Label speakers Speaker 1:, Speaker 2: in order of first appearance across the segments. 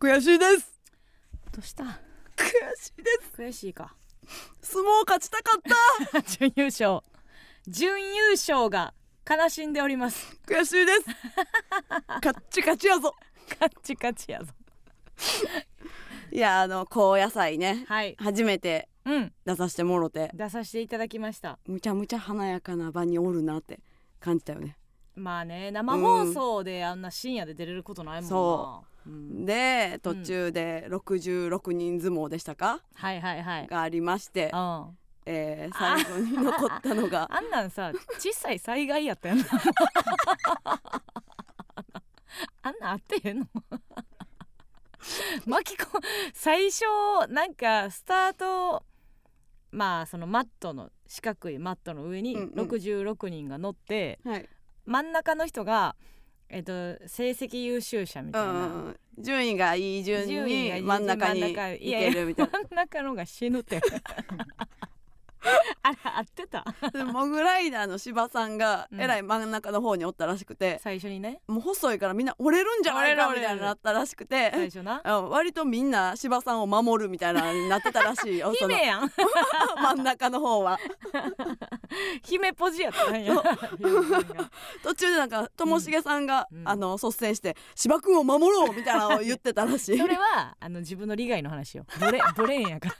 Speaker 1: 悔しいです
Speaker 2: どうした
Speaker 1: 悔しいで
Speaker 2: 悔しいか
Speaker 1: す相撲勝ちたかっ
Speaker 2: 準優勝準優勝が悲しんでおります
Speaker 1: た悔しいですカッチカチやぞ
Speaker 2: カチカチやぞ
Speaker 1: いやあの高野菜ね
Speaker 2: はい
Speaker 1: 初めて
Speaker 2: うん
Speaker 1: 出させてもろて
Speaker 2: 出させていただきました
Speaker 1: むちゃむちゃ華やかな場におるなって感じたよね
Speaker 2: まあね生放送であんな深夜で出れることないもんな
Speaker 1: そ
Speaker 2: うん
Speaker 1: で途中で66人相撲でしたか、
Speaker 2: はいはいはい
Speaker 1: がありまして
Speaker 2: うん、あ
Speaker 1: えー最後に残ったのが
Speaker 2: んなんさ小さい災害やったやんな あんなんあってへんの 巻きこ最初なんかスタートまあそのマットの四角いマットの上に
Speaker 1: うんうん
Speaker 2: 66人が乗って、
Speaker 1: はい、
Speaker 2: 真ん中の人がえっと成績優秀者み
Speaker 1: う
Speaker 2: たいな、
Speaker 1: ん、順位がいい順
Speaker 2: 順位がい
Speaker 1: に
Speaker 2: い
Speaker 1: 真ん中に
Speaker 2: 真
Speaker 1: い
Speaker 2: ん中いやいや
Speaker 1: けるみたい
Speaker 2: 真ん中のが死ぬって あれ合ってた
Speaker 1: なでモグライダーの芝さんが
Speaker 2: うん
Speaker 1: えらい真ん中の方におったらしくて、
Speaker 2: 最初にね
Speaker 1: もう細いからみんな折れるんじゃないか
Speaker 2: 折
Speaker 1: み
Speaker 2: れる折れ
Speaker 1: た
Speaker 2: る
Speaker 1: いになったらしく
Speaker 2: 最
Speaker 1: て
Speaker 2: 初な
Speaker 1: あ割とみんな芝さんを守るみたいなになってたらしいよその
Speaker 2: 姫やん
Speaker 1: 真ん中の 方は
Speaker 2: 姫ポジやったんや
Speaker 1: そう
Speaker 2: 姫さんが
Speaker 1: 途中でなんかともしげさんが、
Speaker 2: うん
Speaker 1: あの率先して「芝君を守ろう」みたいなのを言ってたらしい
Speaker 2: それはあの自分の利害の話よブレ ブレーンやから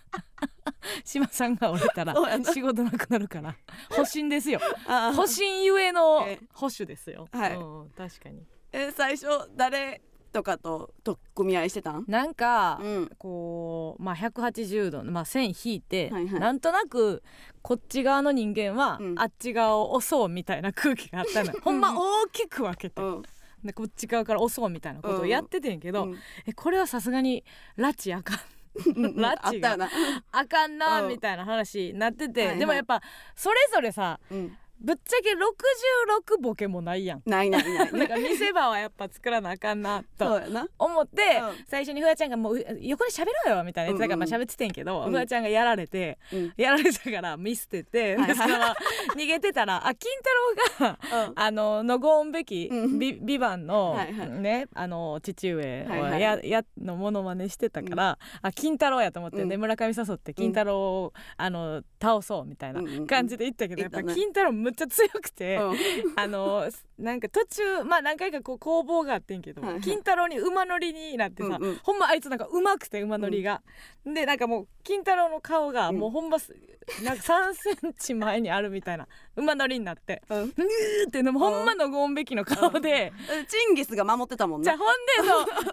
Speaker 2: 島さんが折れたら
Speaker 1: そうやな
Speaker 2: 仕事なくなる から保身ですよ
Speaker 1: あ
Speaker 2: 保身ゆえの
Speaker 1: ええ
Speaker 2: 保守ですよ、
Speaker 1: はい
Speaker 2: うん確かに
Speaker 1: え最初誰とかと取っ組み合いしてたん
Speaker 2: なんか、
Speaker 1: うん
Speaker 2: こう、まあ、180度の、まあ、線引いて、
Speaker 1: はいはい
Speaker 2: なんとなくこっち側の人間は、
Speaker 1: うん
Speaker 2: あっち側を押そうみたいな空気があったの よほんま大きく分けて、
Speaker 1: うん
Speaker 2: でこっち側から押そうみたいなことをやっててんやけど、
Speaker 1: うん
Speaker 2: えこれはさすがに拉致あかん
Speaker 1: うんあっ
Speaker 2: ラ
Speaker 1: た
Speaker 2: ッチ
Speaker 1: よ
Speaker 2: が
Speaker 1: な、
Speaker 2: あかんな
Speaker 1: うん
Speaker 2: みたいな話になってて、
Speaker 1: はいはい
Speaker 2: でもやっぱそれぞれさ
Speaker 1: うん、
Speaker 2: ぶっちゃけ66ボケもないやん。
Speaker 1: ないない ない
Speaker 2: だから見せ場はやっぱ作らなあかんなと
Speaker 1: そうやな
Speaker 2: 思って、
Speaker 1: うん
Speaker 2: 最初にフワちゃんがもうう横で喋ろうよみたいなやつだから
Speaker 1: うん
Speaker 2: ま
Speaker 1: う
Speaker 2: あ
Speaker 1: ん
Speaker 2: 喋っててんけど、
Speaker 1: うん
Speaker 2: フワちゃんがやられて
Speaker 1: うん、うん、
Speaker 2: やられたから見捨てて、
Speaker 1: はいはい
Speaker 2: でそのまま逃げてたらあ金太郎があののごんべき
Speaker 1: うん
Speaker 2: ビビバンの、
Speaker 1: はいはい
Speaker 2: ねあの父上をや,、
Speaker 1: はいはい
Speaker 2: やのモノマネしてたから、あ金太郎やと思って、
Speaker 1: うん
Speaker 2: で村上誘って金太郎を、あの倒そうみたいな感じで言ったけど、
Speaker 1: うんうん
Speaker 2: やっぱ
Speaker 1: 言ったね
Speaker 2: 金太郎むっちゃ強くて。
Speaker 1: うん
Speaker 2: あのなんか途中まあ何回かこう攻防があってんけど、
Speaker 1: はいはい
Speaker 2: 金太郎に馬乗りになってさ、
Speaker 1: うんうん
Speaker 2: ほんまあいつなんか上手くて馬乗りが、でなんかもう金太郎の顔がもうほんます、なんか3センチ前にあるみたいな馬乗りになって
Speaker 1: うん
Speaker 2: うーってでもほんまのごんべきの顔
Speaker 1: え
Speaker 2: で、
Speaker 1: チンギスが守ってたもん
Speaker 2: じゃあ
Speaker 1: ね
Speaker 2: ほんでそう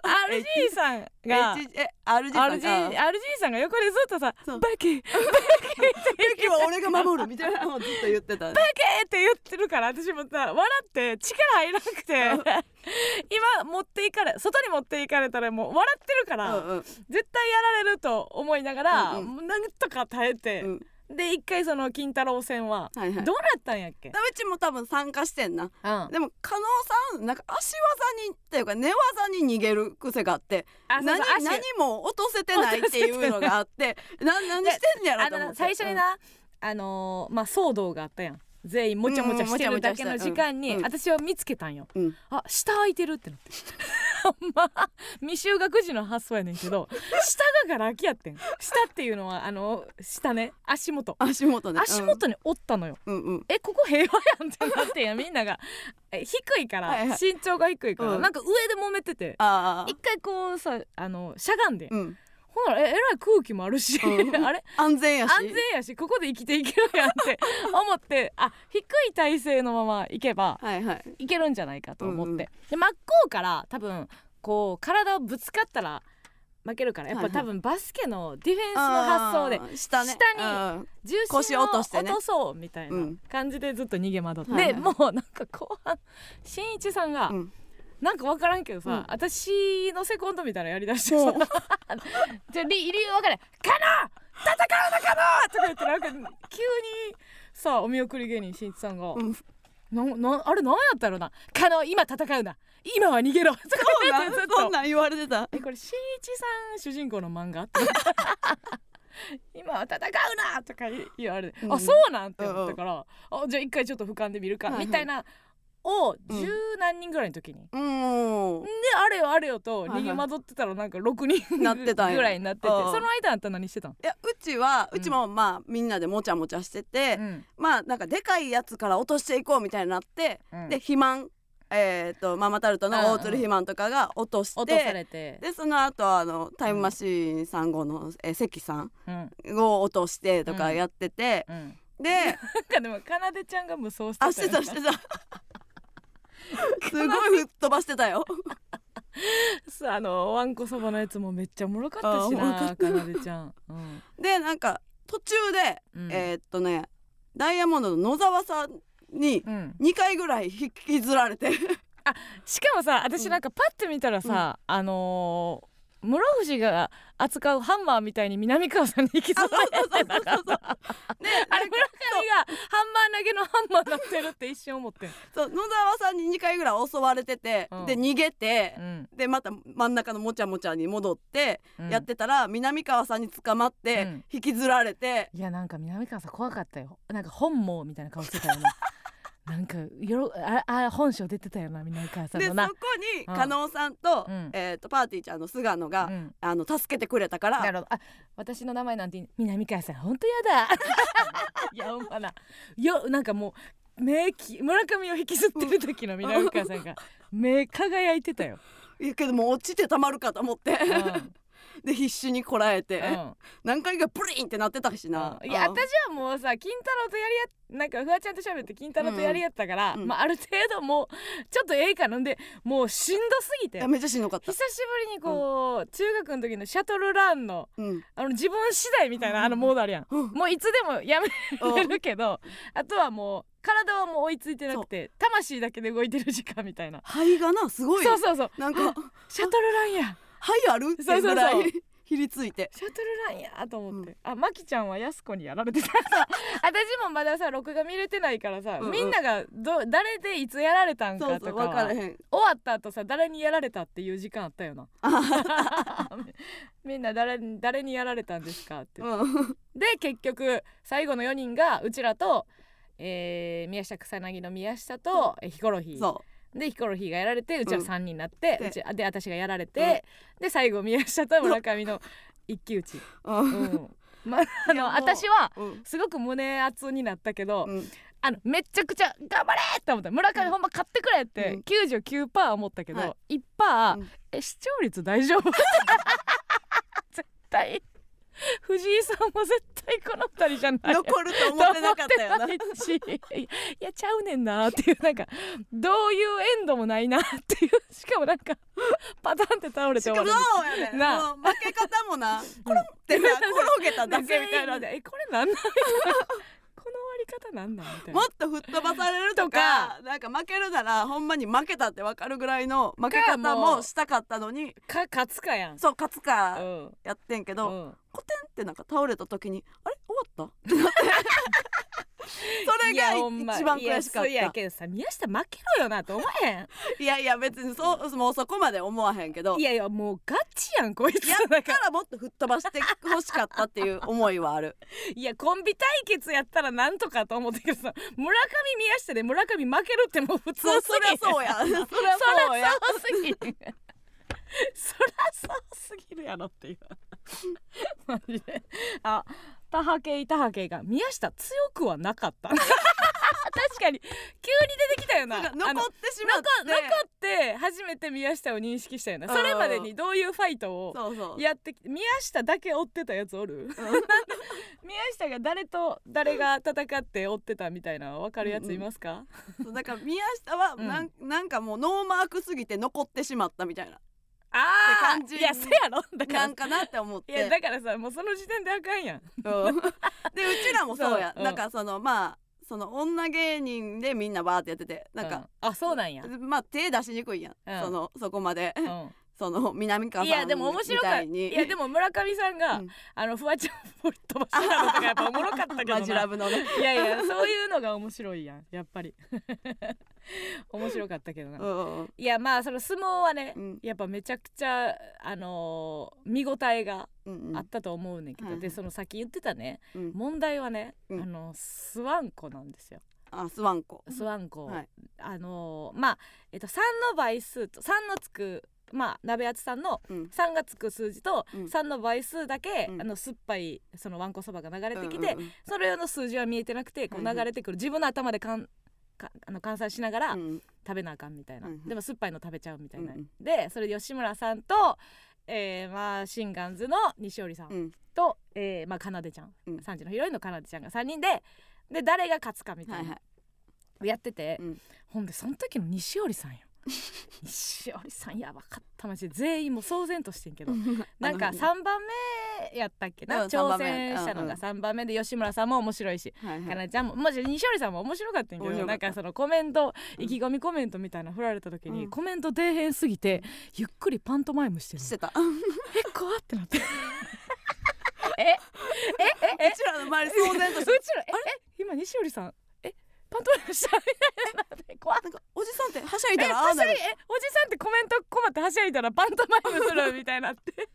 Speaker 2: RG さんが
Speaker 1: H- え RG さん
Speaker 2: RG,
Speaker 1: が
Speaker 2: RG さんが横でずっとさ「
Speaker 1: そう
Speaker 2: バケバケ」
Speaker 1: 「今日は俺が守る」みたいなのをずっと言ってたね
Speaker 2: って言ってるから私もさ笑って力入らなくて今持っていかれ外に持っていかれたらもう笑ってるか
Speaker 1: う
Speaker 2: ら、
Speaker 1: んうん
Speaker 2: 絶対やられると思いながら、
Speaker 1: うんうん
Speaker 2: もうなんとか耐えて、
Speaker 1: うん
Speaker 2: で一回その金太郎戦は、
Speaker 1: はいはい
Speaker 2: どうなったんやっけ、
Speaker 1: 田淵も多分参加してんな
Speaker 2: うん、あ
Speaker 1: でも加納さんなんか足技にっていうか寝技に逃げる癖があって
Speaker 2: そうそう
Speaker 1: 何
Speaker 2: 足
Speaker 1: 何も落とせてないっていうのがあ ってな何してんねやろ
Speaker 2: あ
Speaker 1: と思っ
Speaker 2: の
Speaker 1: て
Speaker 2: 最初にな、あのーまあ騒動があったやん全員もちゃもちゃしてるだけの時間
Speaker 1: うん
Speaker 2: に
Speaker 1: うんもちゃもちゃ
Speaker 2: 私は見つけたんよ、
Speaker 1: うん
Speaker 2: あ下開いてるってなって ほんま未就学児の発想やねんけど下がガラ空きやってん下っていうのはあの下ね足元
Speaker 1: うん足元ね
Speaker 2: 足元に折ったのよ、
Speaker 1: うんうん
Speaker 2: えここ平和やんってなってんやみんながえ低いから、
Speaker 1: はいはい
Speaker 2: 身長が低いから、
Speaker 1: うん
Speaker 2: なんか上で揉めてて
Speaker 1: ああ
Speaker 2: 一回こうさあのしゃがんで、
Speaker 1: うん
Speaker 2: ほんならええらい空気もあるし、
Speaker 1: うん
Speaker 2: あれ
Speaker 1: 安全やし
Speaker 2: 安全やしここで生きていけるやんって 思ってあ低い体勢のままいけば
Speaker 1: はいはい
Speaker 2: いけるんじゃないかと思って、
Speaker 1: うんうん
Speaker 2: で真っ向から多分こう体をぶつかったら負けるからやっ
Speaker 1: は
Speaker 2: ぱ
Speaker 1: いはい
Speaker 2: 多分バスケのディフェンスの発想で
Speaker 1: あー下ね
Speaker 2: 下
Speaker 1: に
Speaker 2: 重
Speaker 1: 腰
Speaker 2: 心を
Speaker 1: 落としてね
Speaker 2: 落とそうみたいうなん感じでずっと逃げ惑って、
Speaker 1: はいはい
Speaker 2: でもうなんか後半しんいちさんが、
Speaker 1: うん
Speaker 2: なんか分からんけどさ、
Speaker 1: うん
Speaker 2: 私のセコンドみたいなのやりだして
Speaker 1: ほ
Speaker 2: さ
Speaker 1: う
Speaker 2: じゃあ理理由分かれ「カノ戦うのカノ!」とか言ってなんか急にさお見送り芸人しんいちさんが「
Speaker 1: うん
Speaker 2: ななあれなんやったろなカノ今戦うな今は 逃げろ」とか言ってずっと
Speaker 1: そんなん言われてた
Speaker 2: えこれしんいちさん主人公の漫画 今は戦うなとか言われて、
Speaker 1: うん
Speaker 2: あそうなんって思ったから、あじゃあ一回ちょっと俯瞰で見るか、
Speaker 1: はいはい
Speaker 2: みたいなを十何人ぐらいの時に、で
Speaker 1: うん
Speaker 2: あれよあれよと
Speaker 1: いはい
Speaker 2: 逃げ混ざってたらなんか6人
Speaker 1: なってたんや
Speaker 2: ぐらいになってて
Speaker 1: あー
Speaker 2: その間あんた何してたん、
Speaker 1: いやうちは
Speaker 2: うん
Speaker 1: うちもまあみんなでもちゃもちゃしてて、
Speaker 2: うん
Speaker 1: まあなんかでかいやつから落としていこうみたいになって、
Speaker 2: うん
Speaker 1: で肥満えっ、とママタルトの大鶴肥満とかが落として、
Speaker 2: 落とされて、
Speaker 1: でその後あのタイムマシーン3号の、えー関さん
Speaker 2: うん
Speaker 1: を落としてとかやってて、
Speaker 2: うん、
Speaker 1: で
Speaker 2: なんかでもかなでちゃんが無双してた
Speaker 1: あしてたして たすごい吹っ飛ばしてたよ
Speaker 2: そうあのわんこそばのやつもめっちゃおもろかったし
Speaker 1: あーおもろか
Speaker 2: な
Speaker 1: っ
Speaker 2: か
Speaker 1: た
Speaker 2: なでちゃん、うん
Speaker 1: でなんか途中で、
Speaker 2: うん
Speaker 1: えーっとねダイヤモンドの野沢さんに
Speaker 2: うん、
Speaker 1: 2回ぐらい引きずられて
Speaker 2: しかもさ私なんかパッて見たらさ、あのー室伏が扱うハンマーみたいに南川さんに行きそうなやつやなかったあれ村上がハンマー投げのハンマーなってるって一瞬思ってん、
Speaker 1: そう野沢さんに2回ぐらい襲われてて、
Speaker 2: うん
Speaker 1: で逃げて
Speaker 2: う、ん
Speaker 1: でまた真ん中のもちゃもちゃに戻って、
Speaker 2: うん
Speaker 1: やってたら南川さんに捕まっ
Speaker 2: う
Speaker 1: て
Speaker 2: ん
Speaker 1: 引きずられて、
Speaker 2: いやなんか南川さん怖かったよなんか本望みたいな顔してた よねなんかよろああ本性出てたよな南川さん
Speaker 1: で
Speaker 2: の
Speaker 1: そこ
Speaker 2: な
Speaker 1: に
Speaker 2: うん
Speaker 1: 加納さんと,、
Speaker 2: うん
Speaker 1: えーっとパーティーちゃんの菅野が、
Speaker 2: うん
Speaker 1: あの助けてくれたから
Speaker 2: なるほどあ私の名前なんて南川さん本当やだ いやほんまなよなんかもう目き村上を引きずってる時の南川さ んが目輝いてたよ、
Speaker 1: いやけどもう落ちてたまるかと思って、
Speaker 2: うん
Speaker 1: で必死にこらえて、
Speaker 2: うん
Speaker 1: 何回かプリンってなってたしな、
Speaker 2: いや私
Speaker 1: うん
Speaker 2: はもうさ金太郎とやりやなんかフワちゃんと喋って金太郎とやりやったから、
Speaker 1: うんうん
Speaker 2: まあ、ある程度もうちょっとええかな んでもうしんどすぎ
Speaker 1: い
Speaker 2: て
Speaker 1: や
Speaker 2: 久し
Speaker 1: めっちゃしんどかっ
Speaker 2: ぶ
Speaker 1: た、
Speaker 2: りにこう、中学の時のシャトルランの
Speaker 1: うん
Speaker 2: あの自分次第みたいなあのモードあるやん、
Speaker 1: うん
Speaker 2: もういつでも やめれるけどあとはもう体はもう追いついてなくて魂だけで動いてる時間みたいな
Speaker 1: 肺がなすごい
Speaker 2: そうそうそう
Speaker 1: なんか
Speaker 2: シャトルランや
Speaker 1: 肺あるって
Speaker 2: そうそうそ
Speaker 1: ぐ
Speaker 2: う
Speaker 1: らいひりついて
Speaker 2: シャトルランやと思って、
Speaker 1: う
Speaker 2: あマキちゃんはやす子にやられてた 私もまださ録画見れてないからさ、
Speaker 1: うんうん
Speaker 2: みんながど誰でいつやられたん
Speaker 1: そう
Speaker 2: か
Speaker 1: そう
Speaker 2: とか
Speaker 1: 分
Speaker 2: は
Speaker 1: からへん
Speaker 2: 終わった後さ誰にやられたっていう時間あったよな みんな誰に誰にやられたんですかって、
Speaker 1: うん
Speaker 2: で結局最後の4人がうちらと、えー宮下草薙の宮下と、えヒコロヒー
Speaker 1: そ
Speaker 2: でヒコロヒーがやられてうちは
Speaker 1: うん
Speaker 2: 3人になって、
Speaker 1: で
Speaker 2: うちあで私がやられて、で最後宮下と村上の一騎打 ち、
Speaker 1: うう
Speaker 2: うんん、まああ
Speaker 1: いやも
Speaker 2: の
Speaker 1: う
Speaker 2: 私は
Speaker 1: うん
Speaker 2: すごく胸熱になったけど、
Speaker 1: うん
Speaker 2: あのめちゃくちゃ頑張れって思った村上ほんま買ってくれって
Speaker 1: うん
Speaker 2: 99%は思ったけど、
Speaker 1: は
Speaker 2: 1%、ー
Speaker 1: うん
Speaker 2: え視聴率大 丈夫絶対藤井さんも絶対この2人じゃない
Speaker 1: 残ると思ってなかったよな
Speaker 2: と思ってないしいやちゃうねんなっていうなんかどういうエンドもないなっていうしかもなんかパタンって倒れて
Speaker 1: し
Speaker 2: 終
Speaker 1: か
Speaker 2: わ
Speaker 1: も
Speaker 2: る
Speaker 1: そうやねんも
Speaker 2: な
Speaker 1: う負け方も なコロンってな転げただけみたいな
Speaker 2: 全員えこれなんなん みたいなこの終わり方なんなんみたいな
Speaker 1: もっと吹っ飛ばされるとかなんか負けるならほんまに負けたって分かるぐらいの負け方もしたかったのに
Speaker 2: か勝つかやん
Speaker 1: そう勝つ
Speaker 2: う
Speaker 1: か
Speaker 2: ん
Speaker 1: やってんけ
Speaker 2: う
Speaker 1: ど
Speaker 2: ん
Speaker 1: コテンってなんか倒れた時にあれ終わったって なってそれ
Speaker 2: いやほん
Speaker 1: が
Speaker 2: ま
Speaker 1: 一番悔しかった
Speaker 2: いやそうやけどさ宮下負けろよなと思えへん
Speaker 1: いやいや別にそうもうそこまで思わへんけど
Speaker 2: いやいやもうガチやんこいつ
Speaker 1: や
Speaker 2: なん
Speaker 1: か
Speaker 2: から
Speaker 1: もっと吹っ飛ばして欲しかったっていう思いはある
Speaker 2: いやコンビ対決やったらなんとかと思ったけどさ村上宮下で村上負けるってもう普通
Speaker 1: そう
Speaker 2: す
Speaker 1: そりゃ
Speaker 2: ぎ
Speaker 1: そうやそりゃ
Speaker 2: そ
Speaker 1: そう
Speaker 2: りゃ
Speaker 1: や
Speaker 2: そうすぎる そりゃそうすぎるやろっていう マジであタハケイタハケイが宮下強くはなかった 確かに急に出てきたよな
Speaker 1: 残って
Speaker 2: あの
Speaker 1: しま
Speaker 2: 残
Speaker 1: って
Speaker 2: 残って初めて宮下を認識したよなそれまでにどういうファイトを
Speaker 1: そうそう
Speaker 2: やってき宮下だけ追ってたやつお
Speaker 1: う
Speaker 2: る
Speaker 1: ん
Speaker 2: 宮下が誰と誰が戦って追ってたみたいなの分かるやついますか、
Speaker 1: そうだから宮下は
Speaker 2: うん
Speaker 1: なん,、なんかもうノーマークすぎて残ってしまったみたいな
Speaker 2: あ
Speaker 1: って感
Speaker 2: あ
Speaker 1: じ
Speaker 2: いやせやろだから
Speaker 1: なんかなって思っ
Speaker 2: い
Speaker 1: て
Speaker 2: やだからさもうその時点であかんやん
Speaker 1: うん でうちらもそうや
Speaker 2: そううん
Speaker 1: なんかそのまあその女芸人でみんなバーってやっててなんか、、
Speaker 2: うあそうなんや、
Speaker 1: まあ手出しにくいやん、
Speaker 2: うん
Speaker 1: そのそこまで、
Speaker 2: う
Speaker 1: その南川
Speaker 2: ん、い
Speaker 1: さ
Speaker 2: や
Speaker 1: ん
Speaker 2: でも面
Speaker 1: み
Speaker 2: 白か
Speaker 1: た
Speaker 2: った
Speaker 1: い
Speaker 2: い
Speaker 1: に
Speaker 2: やでも村上さんが、
Speaker 1: うん
Speaker 2: あのフワちゃんを吹っ飛ばしてたのとかやっぱおもろかったけどな
Speaker 1: マジラブのね
Speaker 2: いやいやそういうのが面白いやんやっぱり 面白かったけどな、
Speaker 1: うん
Speaker 2: いやまあその相撲はね、
Speaker 1: うん
Speaker 2: やっぱめちゃくちゃあのー見応えが
Speaker 1: うんうん
Speaker 2: あったと思うねんけど、
Speaker 1: はいはい
Speaker 2: でそのさっき言ってたね
Speaker 1: うん
Speaker 2: 問題はね、
Speaker 1: うん
Speaker 2: あのスワンコなんですよ
Speaker 1: あスワンコ
Speaker 2: スワンコ、
Speaker 1: はい
Speaker 2: あのーまあ、えっと、3の倍数と3のつくまあ鍋厚さんの
Speaker 1: うん
Speaker 2: 3がつく数字と
Speaker 1: うん
Speaker 2: 3の倍数だけ、
Speaker 1: うん
Speaker 2: あの酸っぱいそのわんこそばが流れてきて、
Speaker 1: うんうん
Speaker 2: それ用の数字は見えてなくてこう
Speaker 1: はいは
Speaker 2: 流
Speaker 1: い
Speaker 2: れてくる、自分の頭でかんかあの換算しながら
Speaker 1: うんうん
Speaker 2: 食べなあかんみたいな、
Speaker 1: うんうん
Speaker 2: でも酸っぱいの食べちゃうみたいな、
Speaker 1: うんうん
Speaker 2: でそれで吉村さんと、えーまあシンガンズの西織さん
Speaker 1: うん
Speaker 2: と、えーまあかなでちゃん、
Speaker 1: うん
Speaker 2: 3時のヒロインのかなでちゃんが3人でで誰が勝つかみた
Speaker 1: はいい
Speaker 2: な
Speaker 1: はい
Speaker 2: やってて、
Speaker 1: うん
Speaker 2: ほんでその時の西織 さんよ西織さんやばかったマジで全員もう騒然としてん けどなんか
Speaker 1: あの
Speaker 2: 3番目やったっけな、
Speaker 1: うん
Speaker 2: 挑
Speaker 1: 三番目
Speaker 2: 戦したの
Speaker 1: うんう
Speaker 2: が
Speaker 1: ん
Speaker 2: 3番目で吉村さんも面白いし、
Speaker 1: はいは
Speaker 2: か
Speaker 1: い
Speaker 2: なちゃんももちろん西織さんも面白かったんや
Speaker 1: 面
Speaker 2: けど
Speaker 1: 白
Speaker 2: な
Speaker 1: か
Speaker 2: ん
Speaker 1: った
Speaker 2: かそのコメント、
Speaker 1: うん
Speaker 2: 意気込みコメントみたいな振られた時に、
Speaker 1: うん
Speaker 2: コメント出えへんすぎてゆっくりパントマイムしてる
Speaker 1: してた
Speaker 2: え怖ってなってええええ
Speaker 1: うちらの周り騒然として
Speaker 2: うちらええ今西織さんえパントマイムしたみたいになって怖っ
Speaker 1: なんかおじさんってはしゃい
Speaker 2: え
Speaker 1: だらあ
Speaker 2: は
Speaker 1: あ
Speaker 2: しゃ
Speaker 1: ない
Speaker 2: え
Speaker 1: る
Speaker 2: おじさんってコメント困ってはしゃいだらパントマイムするみたいになって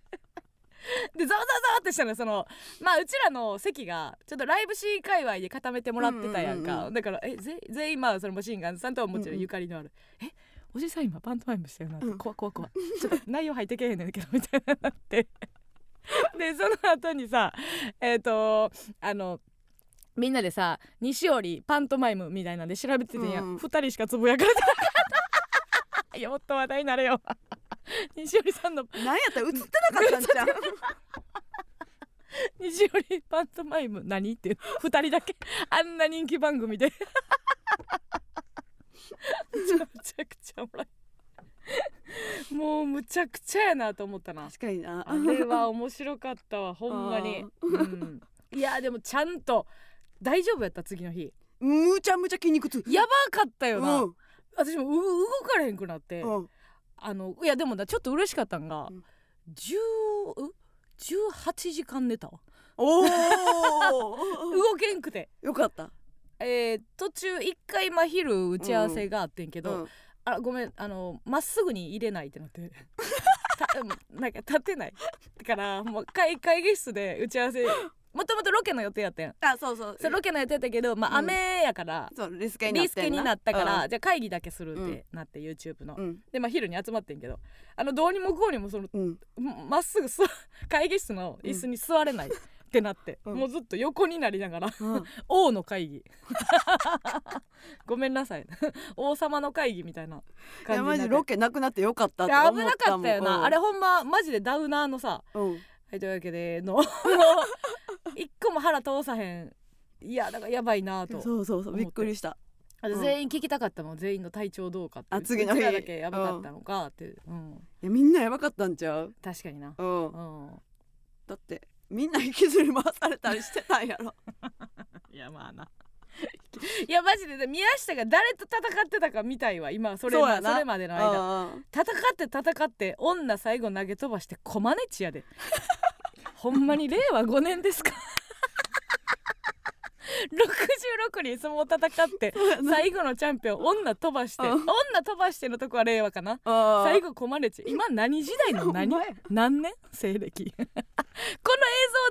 Speaker 2: でざわざわざわってしたのそのまあうちらの席がちょっとライブ C 界隈で固めてもらってたやんか、
Speaker 1: うんうんうん
Speaker 2: だからえぜ全員まあそれもシンガンズさんとはもちろんゆかりのある、えおじさん今パントマイムしてるなって
Speaker 1: うん
Speaker 2: 怖い怖い怖いちょっと内容入ってけへんねんけどみたいになってでその後にさえっ、とあのみんなでさ西織パントマイムみたいなんで調べててんや、
Speaker 1: うんうん
Speaker 2: 2人しかつぶやかれてなかった いやもっと話題になれよ西織さんの
Speaker 1: なんやったら映ってなかったんじ ゃん
Speaker 2: 西織パントマイム何っていう2人だけあんな人気番組でめちゃくちゃおもろいもうむちゃくちゃやなと思ったな
Speaker 1: 確かにな
Speaker 2: あれは面白かったわほんまに、うん、いやでもちゃんと大丈夫やった次の日
Speaker 1: むちゃむちゃ筋肉痛
Speaker 2: やばかった
Speaker 1: う
Speaker 2: よ
Speaker 1: ん
Speaker 2: な、私もう動かれへんくなって、
Speaker 1: うん
Speaker 2: あのいやでもなちょっと嬉しかったんが、
Speaker 1: うん
Speaker 2: 10う18時間寝たわ
Speaker 1: おお
Speaker 2: 動けんくて、
Speaker 1: よかった
Speaker 2: えー途中1回真昼打ち合わせがあってんけど、
Speaker 1: うん
Speaker 2: あごめんあのまっすぐに入れないってなって たなんか立てないだからもう会会議室で打ち合わせもともとロケの予定やったやん
Speaker 1: あそうそう
Speaker 2: それロケの予定やったけど、まあ、
Speaker 1: うん
Speaker 2: 雨やから、
Speaker 1: そうリスケにな
Speaker 2: リ
Speaker 1: っ
Speaker 2: ス
Speaker 1: て
Speaker 2: ケ
Speaker 1: ん
Speaker 2: になったから、
Speaker 1: うん
Speaker 2: じゃあ会議だけするってなって、YouTube の、
Speaker 1: うん
Speaker 2: でまあ昼に集まってんけどあのどうにもこうにもその
Speaker 1: うん
Speaker 2: んまっすぐ 座会議室の椅子に座れないってなって、
Speaker 1: うん
Speaker 2: もうずっと横になりながら
Speaker 1: うん
Speaker 2: 「王の会議」 ごめんなさい 王様の会議みたいない感じ
Speaker 1: や
Speaker 2: になっ
Speaker 1: マ
Speaker 2: て
Speaker 1: ジロケなくなってよかった
Speaker 2: い
Speaker 1: って
Speaker 2: や
Speaker 1: 思
Speaker 2: 危
Speaker 1: っ
Speaker 2: な
Speaker 1: たも
Speaker 2: か
Speaker 1: ん
Speaker 2: ったよ
Speaker 1: う
Speaker 2: なあ
Speaker 1: ん
Speaker 2: れほんまマジでダウナーのさ
Speaker 1: うん
Speaker 2: はいというわけでの 一個も腹通さへんいやだからやばいなと
Speaker 1: そうそうそうびっくりした
Speaker 2: あと
Speaker 1: うん
Speaker 2: 全員聞きたかったもん全員の体調どうかって
Speaker 1: あ次の日
Speaker 2: うちらだけやばかったのかって、うん、
Speaker 1: いやみんなやばかったんちゃう
Speaker 2: 確かにな、
Speaker 1: うん
Speaker 2: うん、
Speaker 1: だってみんな引きずり回されたりしてたんやろ
Speaker 2: いやまあな。 いやマジでね宮下が誰と戦ってたかみたいわ今それ
Speaker 1: そう
Speaker 2: ま
Speaker 1: やな
Speaker 2: それまでの間
Speaker 1: うん
Speaker 2: 戦って戦って女最後投げ飛ばしてコマネチ やでほんまに令和5年ですか 66人相撲戦って
Speaker 1: そうやな
Speaker 2: 最後のチャンピオン女飛ばして
Speaker 1: うん
Speaker 2: 女飛ばしてのとこは令和かな
Speaker 1: うん
Speaker 2: 最後コマネチ今何時代 の何
Speaker 1: ほんまや
Speaker 2: 何年西暦 この映像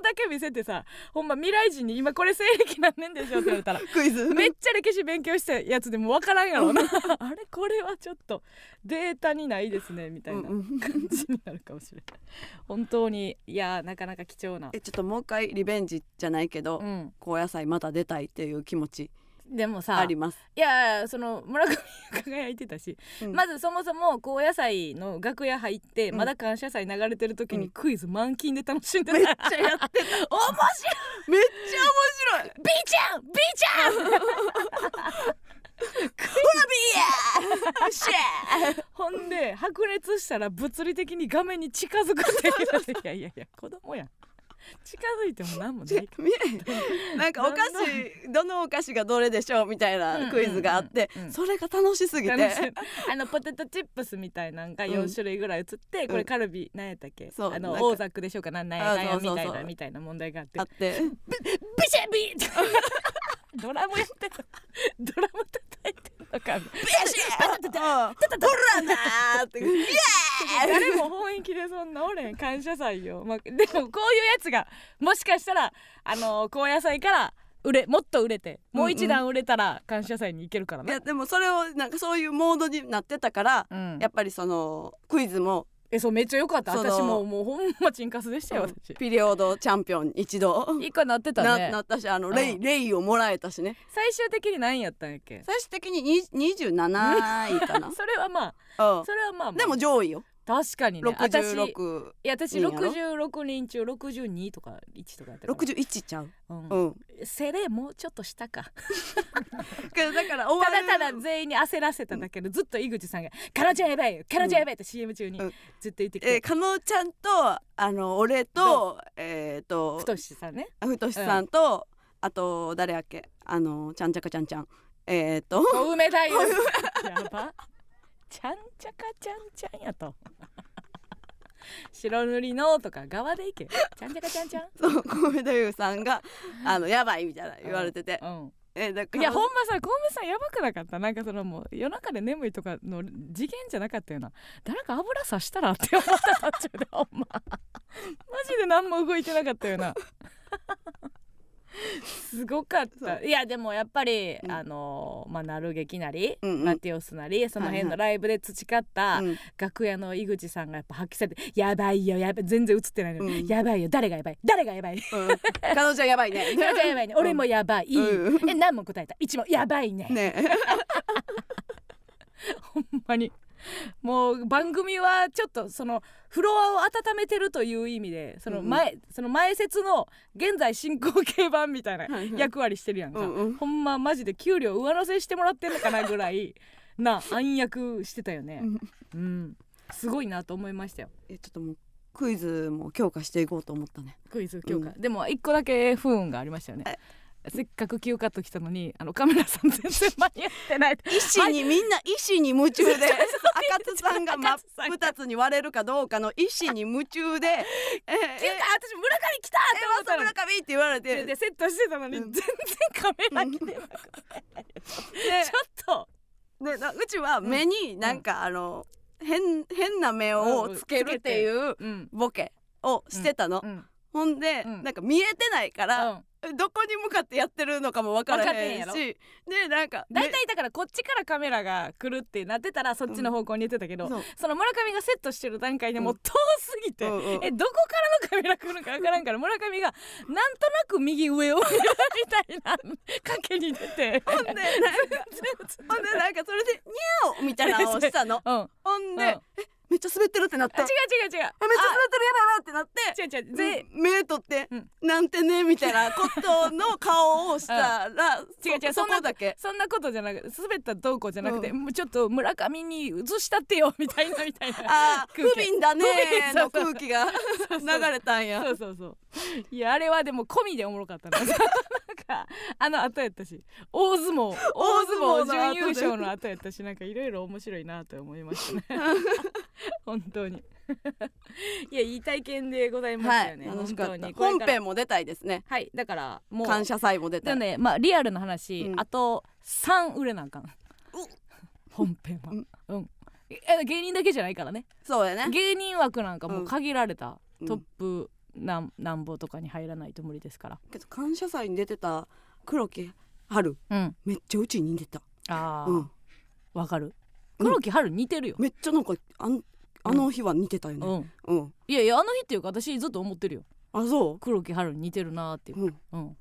Speaker 2: だけ見せてさほんま未来人に今これ西暦何年でしょって言われ たら
Speaker 1: クイズ
Speaker 2: めっちゃ歴史勉強したやつでもわからんやろうな あれこれはちょっとデータにないですねみたいな
Speaker 1: うんう
Speaker 2: 感
Speaker 1: ん
Speaker 2: じになるかもしれない本当にいやーなかなか貴重な
Speaker 1: えちょっともう一回リベンジじゃないけど、
Speaker 2: うん
Speaker 1: 高野菜また出たいっていう気持ち
Speaker 2: でもさ
Speaker 1: あります、
Speaker 2: いやいやその村上が輝いてたし、
Speaker 1: うん
Speaker 2: まずそもそも高野菜の楽屋入って、
Speaker 1: うん
Speaker 2: まだ感謝祭流れてる時
Speaker 1: う
Speaker 2: に
Speaker 1: ん
Speaker 2: クイズ満勤で楽しんでた、
Speaker 1: めっちゃやってた
Speaker 2: 面白い
Speaker 1: めっちゃ面白い
Speaker 2: B ちゃん B ちゃんほんで白熱したら物理的に画面に近づくっ ていういやいやいや子供やん近づいても何もない
Speaker 1: 見えへんなんかお菓子どのお菓子がどれでしょうみたい
Speaker 2: うん
Speaker 1: なクイズがあって、
Speaker 2: うんうん
Speaker 1: それが楽しすぎて
Speaker 2: 楽しいあのポテトチップスみたいなんが4種類ぐらい映って、これカルビ何やったっけ
Speaker 1: そう
Speaker 2: あの
Speaker 1: なんか
Speaker 2: 大ザックでしょうかなんなんや
Speaker 1: あ
Speaker 2: なんや
Speaker 1: そうそう
Speaker 2: み
Speaker 1: そう
Speaker 2: たいなみたいな問題があって
Speaker 1: あって
Speaker 2: ビシャビ ードラムやってる ドラム叩いてるのか
Speaker 1: 「ビシッ!」って「ほらな!」って「イエーイ!
Speaker 2: 誰も本意気でそんなおれん感謝祭よ、まあ、でもこういうやつがもしかしたらあの高野菜から売れもっと売れてもう一段売れたら感謝祭に行けるから
Speaker 1: い
Speaker 2: な、
Speaker 1: やでもそれをなんかそういうモードになってたから、
Speaker 2: うん
Speaker 1: やっぱりそのクイズも
Speaker 2: えそうめっちゃ良かった
Speaker 1: その
Speaker 2: 私もうもうほんまチンカスでしたよ私
Speaker 1: ピリオドチャンピオン一度
Speaker 2: 一回なってた
Speaker 1: な
Speaker 2: ね
Speaker 1: なったしあのレイ、
Speaker 2: うん
Speaker 1: レイをもらえたしね
Speaker 2: 最終的に何やったんやっけ
Speaker 1: 最終的にに27位かな
Speaker 2: それはま
Speaker 1: う
Speaker 2: あ それはまあまあ
Speaker 1: んでも上位よ
Speaker 2: 確かにね私い
Speaker 1: 66
Speaker 2: や私
Speaker 1: いいんやろ
Speaker 2: 66人中62とか1とかやったから、
Speaker 1: 61ちゃう
Speaker 2: うん
Speaker 1: うん
Speaker 2: セレもうちょっと下か
Speaker 1: けどだから終
Speaker 2: た
Speaker 1: わ
Speaker 2: だ
Speaker 1: る
Speaker 2: ただ全員に焦らせただけでずっと井口さんが「彼女やばいよ彼女やばい」って CM 中に
Speaker 1: うん
Speaker 2: ずっと言ってき
Speaker 1: えー、
Speaker 2: て
Speaker 1: 加納ちゃんとあの俺とえっ、と
Speaker 2: 太志さんね
Speaker 1: ふとしさんと、あと誰やっけあのちゃんちゃかちゃんちゃんえっ、と
Speaker 2: 小梅太夫やばちゃんちゃかちゃんちゃんやと白塗りのとか側でいけちゃんちゃかちゃんちゃん
Speaker 1: そう小梅太夫さんがあのやばいみたいな言われてて、
Speaker 2: うん
Speaker 1: えーだから
Speaker 2: いやほんまさ小梅さんやばくなかったなんかそのもう夜中で眠いとかの次元じゃなかったよな誰か油さしたらって思った途中で ほんまマジで何も動いてなかったよなすごかっ
Speaker 1: そ
Speaker 2: たいやでもやっぱり、
Speaker 1: うん
Speaker 2: あのまあなる劇なり、
Speaker 1: うんうん
Speaker 2: マティオスなりその辺のライブで培った
Speaker 1: うん
Speaker 2: 楽屋の井口さんがやっぱ発揮されて「やばいよやばい全然映ってないのに、
Speaker 1: うん
Speaker 2: やばいよ誰がやばい誰がやばい」
Speaker 1: うん加納ちゃんやばいね
Speaker 2: やばいやばいね俺もやばい、
Speaker 1: う
Speaker 2: え何も答えた一もやばいね
Speaker 1: ね
Speaker 2: ほんまにもう番組はちょっとそのフロアを温めてるという意味でその前、その前説の現在進行形版みたいな
Speaker 1: はいはい
Speaker 2: 役割してるやんか、
Speaker 1: うんうん
Speaker 2: ほんまマジで給料上乗せしてもらってんのかなぐらいな暗躍してたよね
Speaker 1: うん
Speaker 2: うんすごいなと思いましたよ
Speaker 1: えちょっともうクイズも強化していこうと思ったね
Speaker 2: クイズ強化、でも一個だけ不運がありましたよねせっかく休暇ときたのにあのカメラさん全然間に合って ない
Speaker 1: 医師にみんな医師に夢中 で赤津さんが真
Speaker 2: 赤
Speaker 1: っ
Speaker 2: 津さんが
Speaker 1: 二つに割れるかどうかの医師に夢中で「え
Speaker 2: 休暇
Speaker 1: え
Speaker 2: 私村上来たって思った
Speaker 1: え
Speaker 2: の
Speaker 1: 村上!」って言われ
Speaker 2: で
Speaker 1: て
Speaker 2: セットしてたのに
Speaker 1: う
Speaker 2: 全
Speaker 1: ん
Speaker 2: 然カメラ来てなくて、
Speaker 1: で
Speaker 2: ちょっと
Speaker 1: でなうちは目になんか、あの変変な目をつけるっていう
Speaker 2: うん
Speaker 1: ボケをしてたの、
Speaker 2: うんうん
Speaker 1: ほんで、
Speaker 2: うん
Speaker 1: なんか見えてないから、どこに向かってやってるのかも分からへん
Speaker 2: 分かってへ
Speaker 1: しでなんか
Speaker 2: 大体だからこっちからカメラが来るってなってたらそっちの方向に行ってたけど、
Speaker 1: うんそう
Speaker 2: その村上がセットしてる段階でもう遠すぎて、
Speaker 1: うんうん
Speaker 2: えどこからのカメラ来るか分からんから村上がなんとなく右上を見るみたいな賭けに出て
Speaker 1: ほん で なんかほんでなんかそれで「ニャオ!」みたいなのをした の
Speaker 2: うん、違う
Speaker 1: ほんで、
Speaker 2: うん
Speaker 1: えめっちゃ滑ってるってなったあめっち
Speaker 2: 違う違う
Speaker 1: ゃ滑ってるやばいやばいってなって
Speaker 2: 違う違う
Speaker 1: で
Speaker 2: ぜ、
Speaker 1: 目取って、
Speaker 2: うん
Speaker 1: なんてねみたい なことの顔をしたら、
Speaker 2: 違う違う
Speaker 1: そ
Speaker 2: そんな
Speaker 1: こだけ
Speaker 2: そんなことじゃなく滑ったどうこうじゃなくて、
Speaker 1: う
Speaker 2: もうちょっと村上に移したってよみたいなみたいな
Speaker 1: あー
Speaker 2: 空
Speaker 1: 不
Speaker 2: 気
Speaker 1: 憫だねーの
Speaker 2: 不 憫そうそう
Speaker 1: 空気が流れたんや
Speaker 2: そうそうそういやあれはでも込みでおもろか ったななんかあの後やったし大相撲大相
Speaker 1: 大相撲の後
Speaker 2: 撲
Speaker 1: で
Speaker 2: 準優勝の後やったしなんかいろいろ面白いなと思いまし たね本当に いやいい体験でございまし
Speaker 1: は
Speaker 2: たよ
Speaker 1: い
Speaker 2: ね、
Speaker 1: 楽し
Speaker 2: 本
Speaker 1: か
Speaker 2: 当
Speaker 1: った
Speaker 2: にこれ
Speaker 1: 本
Speaker 2: から
Speaker 1: 編も出たいですね
Speaker 2: はいだからもう
Speaker 1: 感謝祭も出た
Speaker 2: で
Speaker 1: い、
Speaker 2: もねまあリアルな話、
Speaker 1: うん
Speaker 2: あと3売れなあかん本編は
Speaker 1: うん
Speaker 2: うん、え芸人だけじゃないからね
Speaker 1: そうやね
Speaker 2: 芸人枠なんかもううん限られた、
Speaker 1: うん
Speaker 2: トップなんなんぼとかに入らないと無理ですから
Speaker 1: けど感謝祭に出てた黒木春
Speaker 2: うん
Speaker 1: めっちゃうちに似てた
Speaker 2: あー
Speaker 1: う
Speaker 2: わ、
Speaker 1: ん
Speaker 2: かる
Speaker 1: うん
Speaker 2: 黒木春似てるよ、
Speaker 1: めっちゃなんかあんあの日は似てたよ
Speaker 2: う
Speaker 1: ね
Speaker 2: ん
Speaker 1: うん、
Speaker 2: いやいやあの日っていうか私ずっと思ってるよ
Speaker 1: あそ
Speaker 2: 黒木春似てるなーっていう
Speaker 1: う、うん、
Speaker 2: うん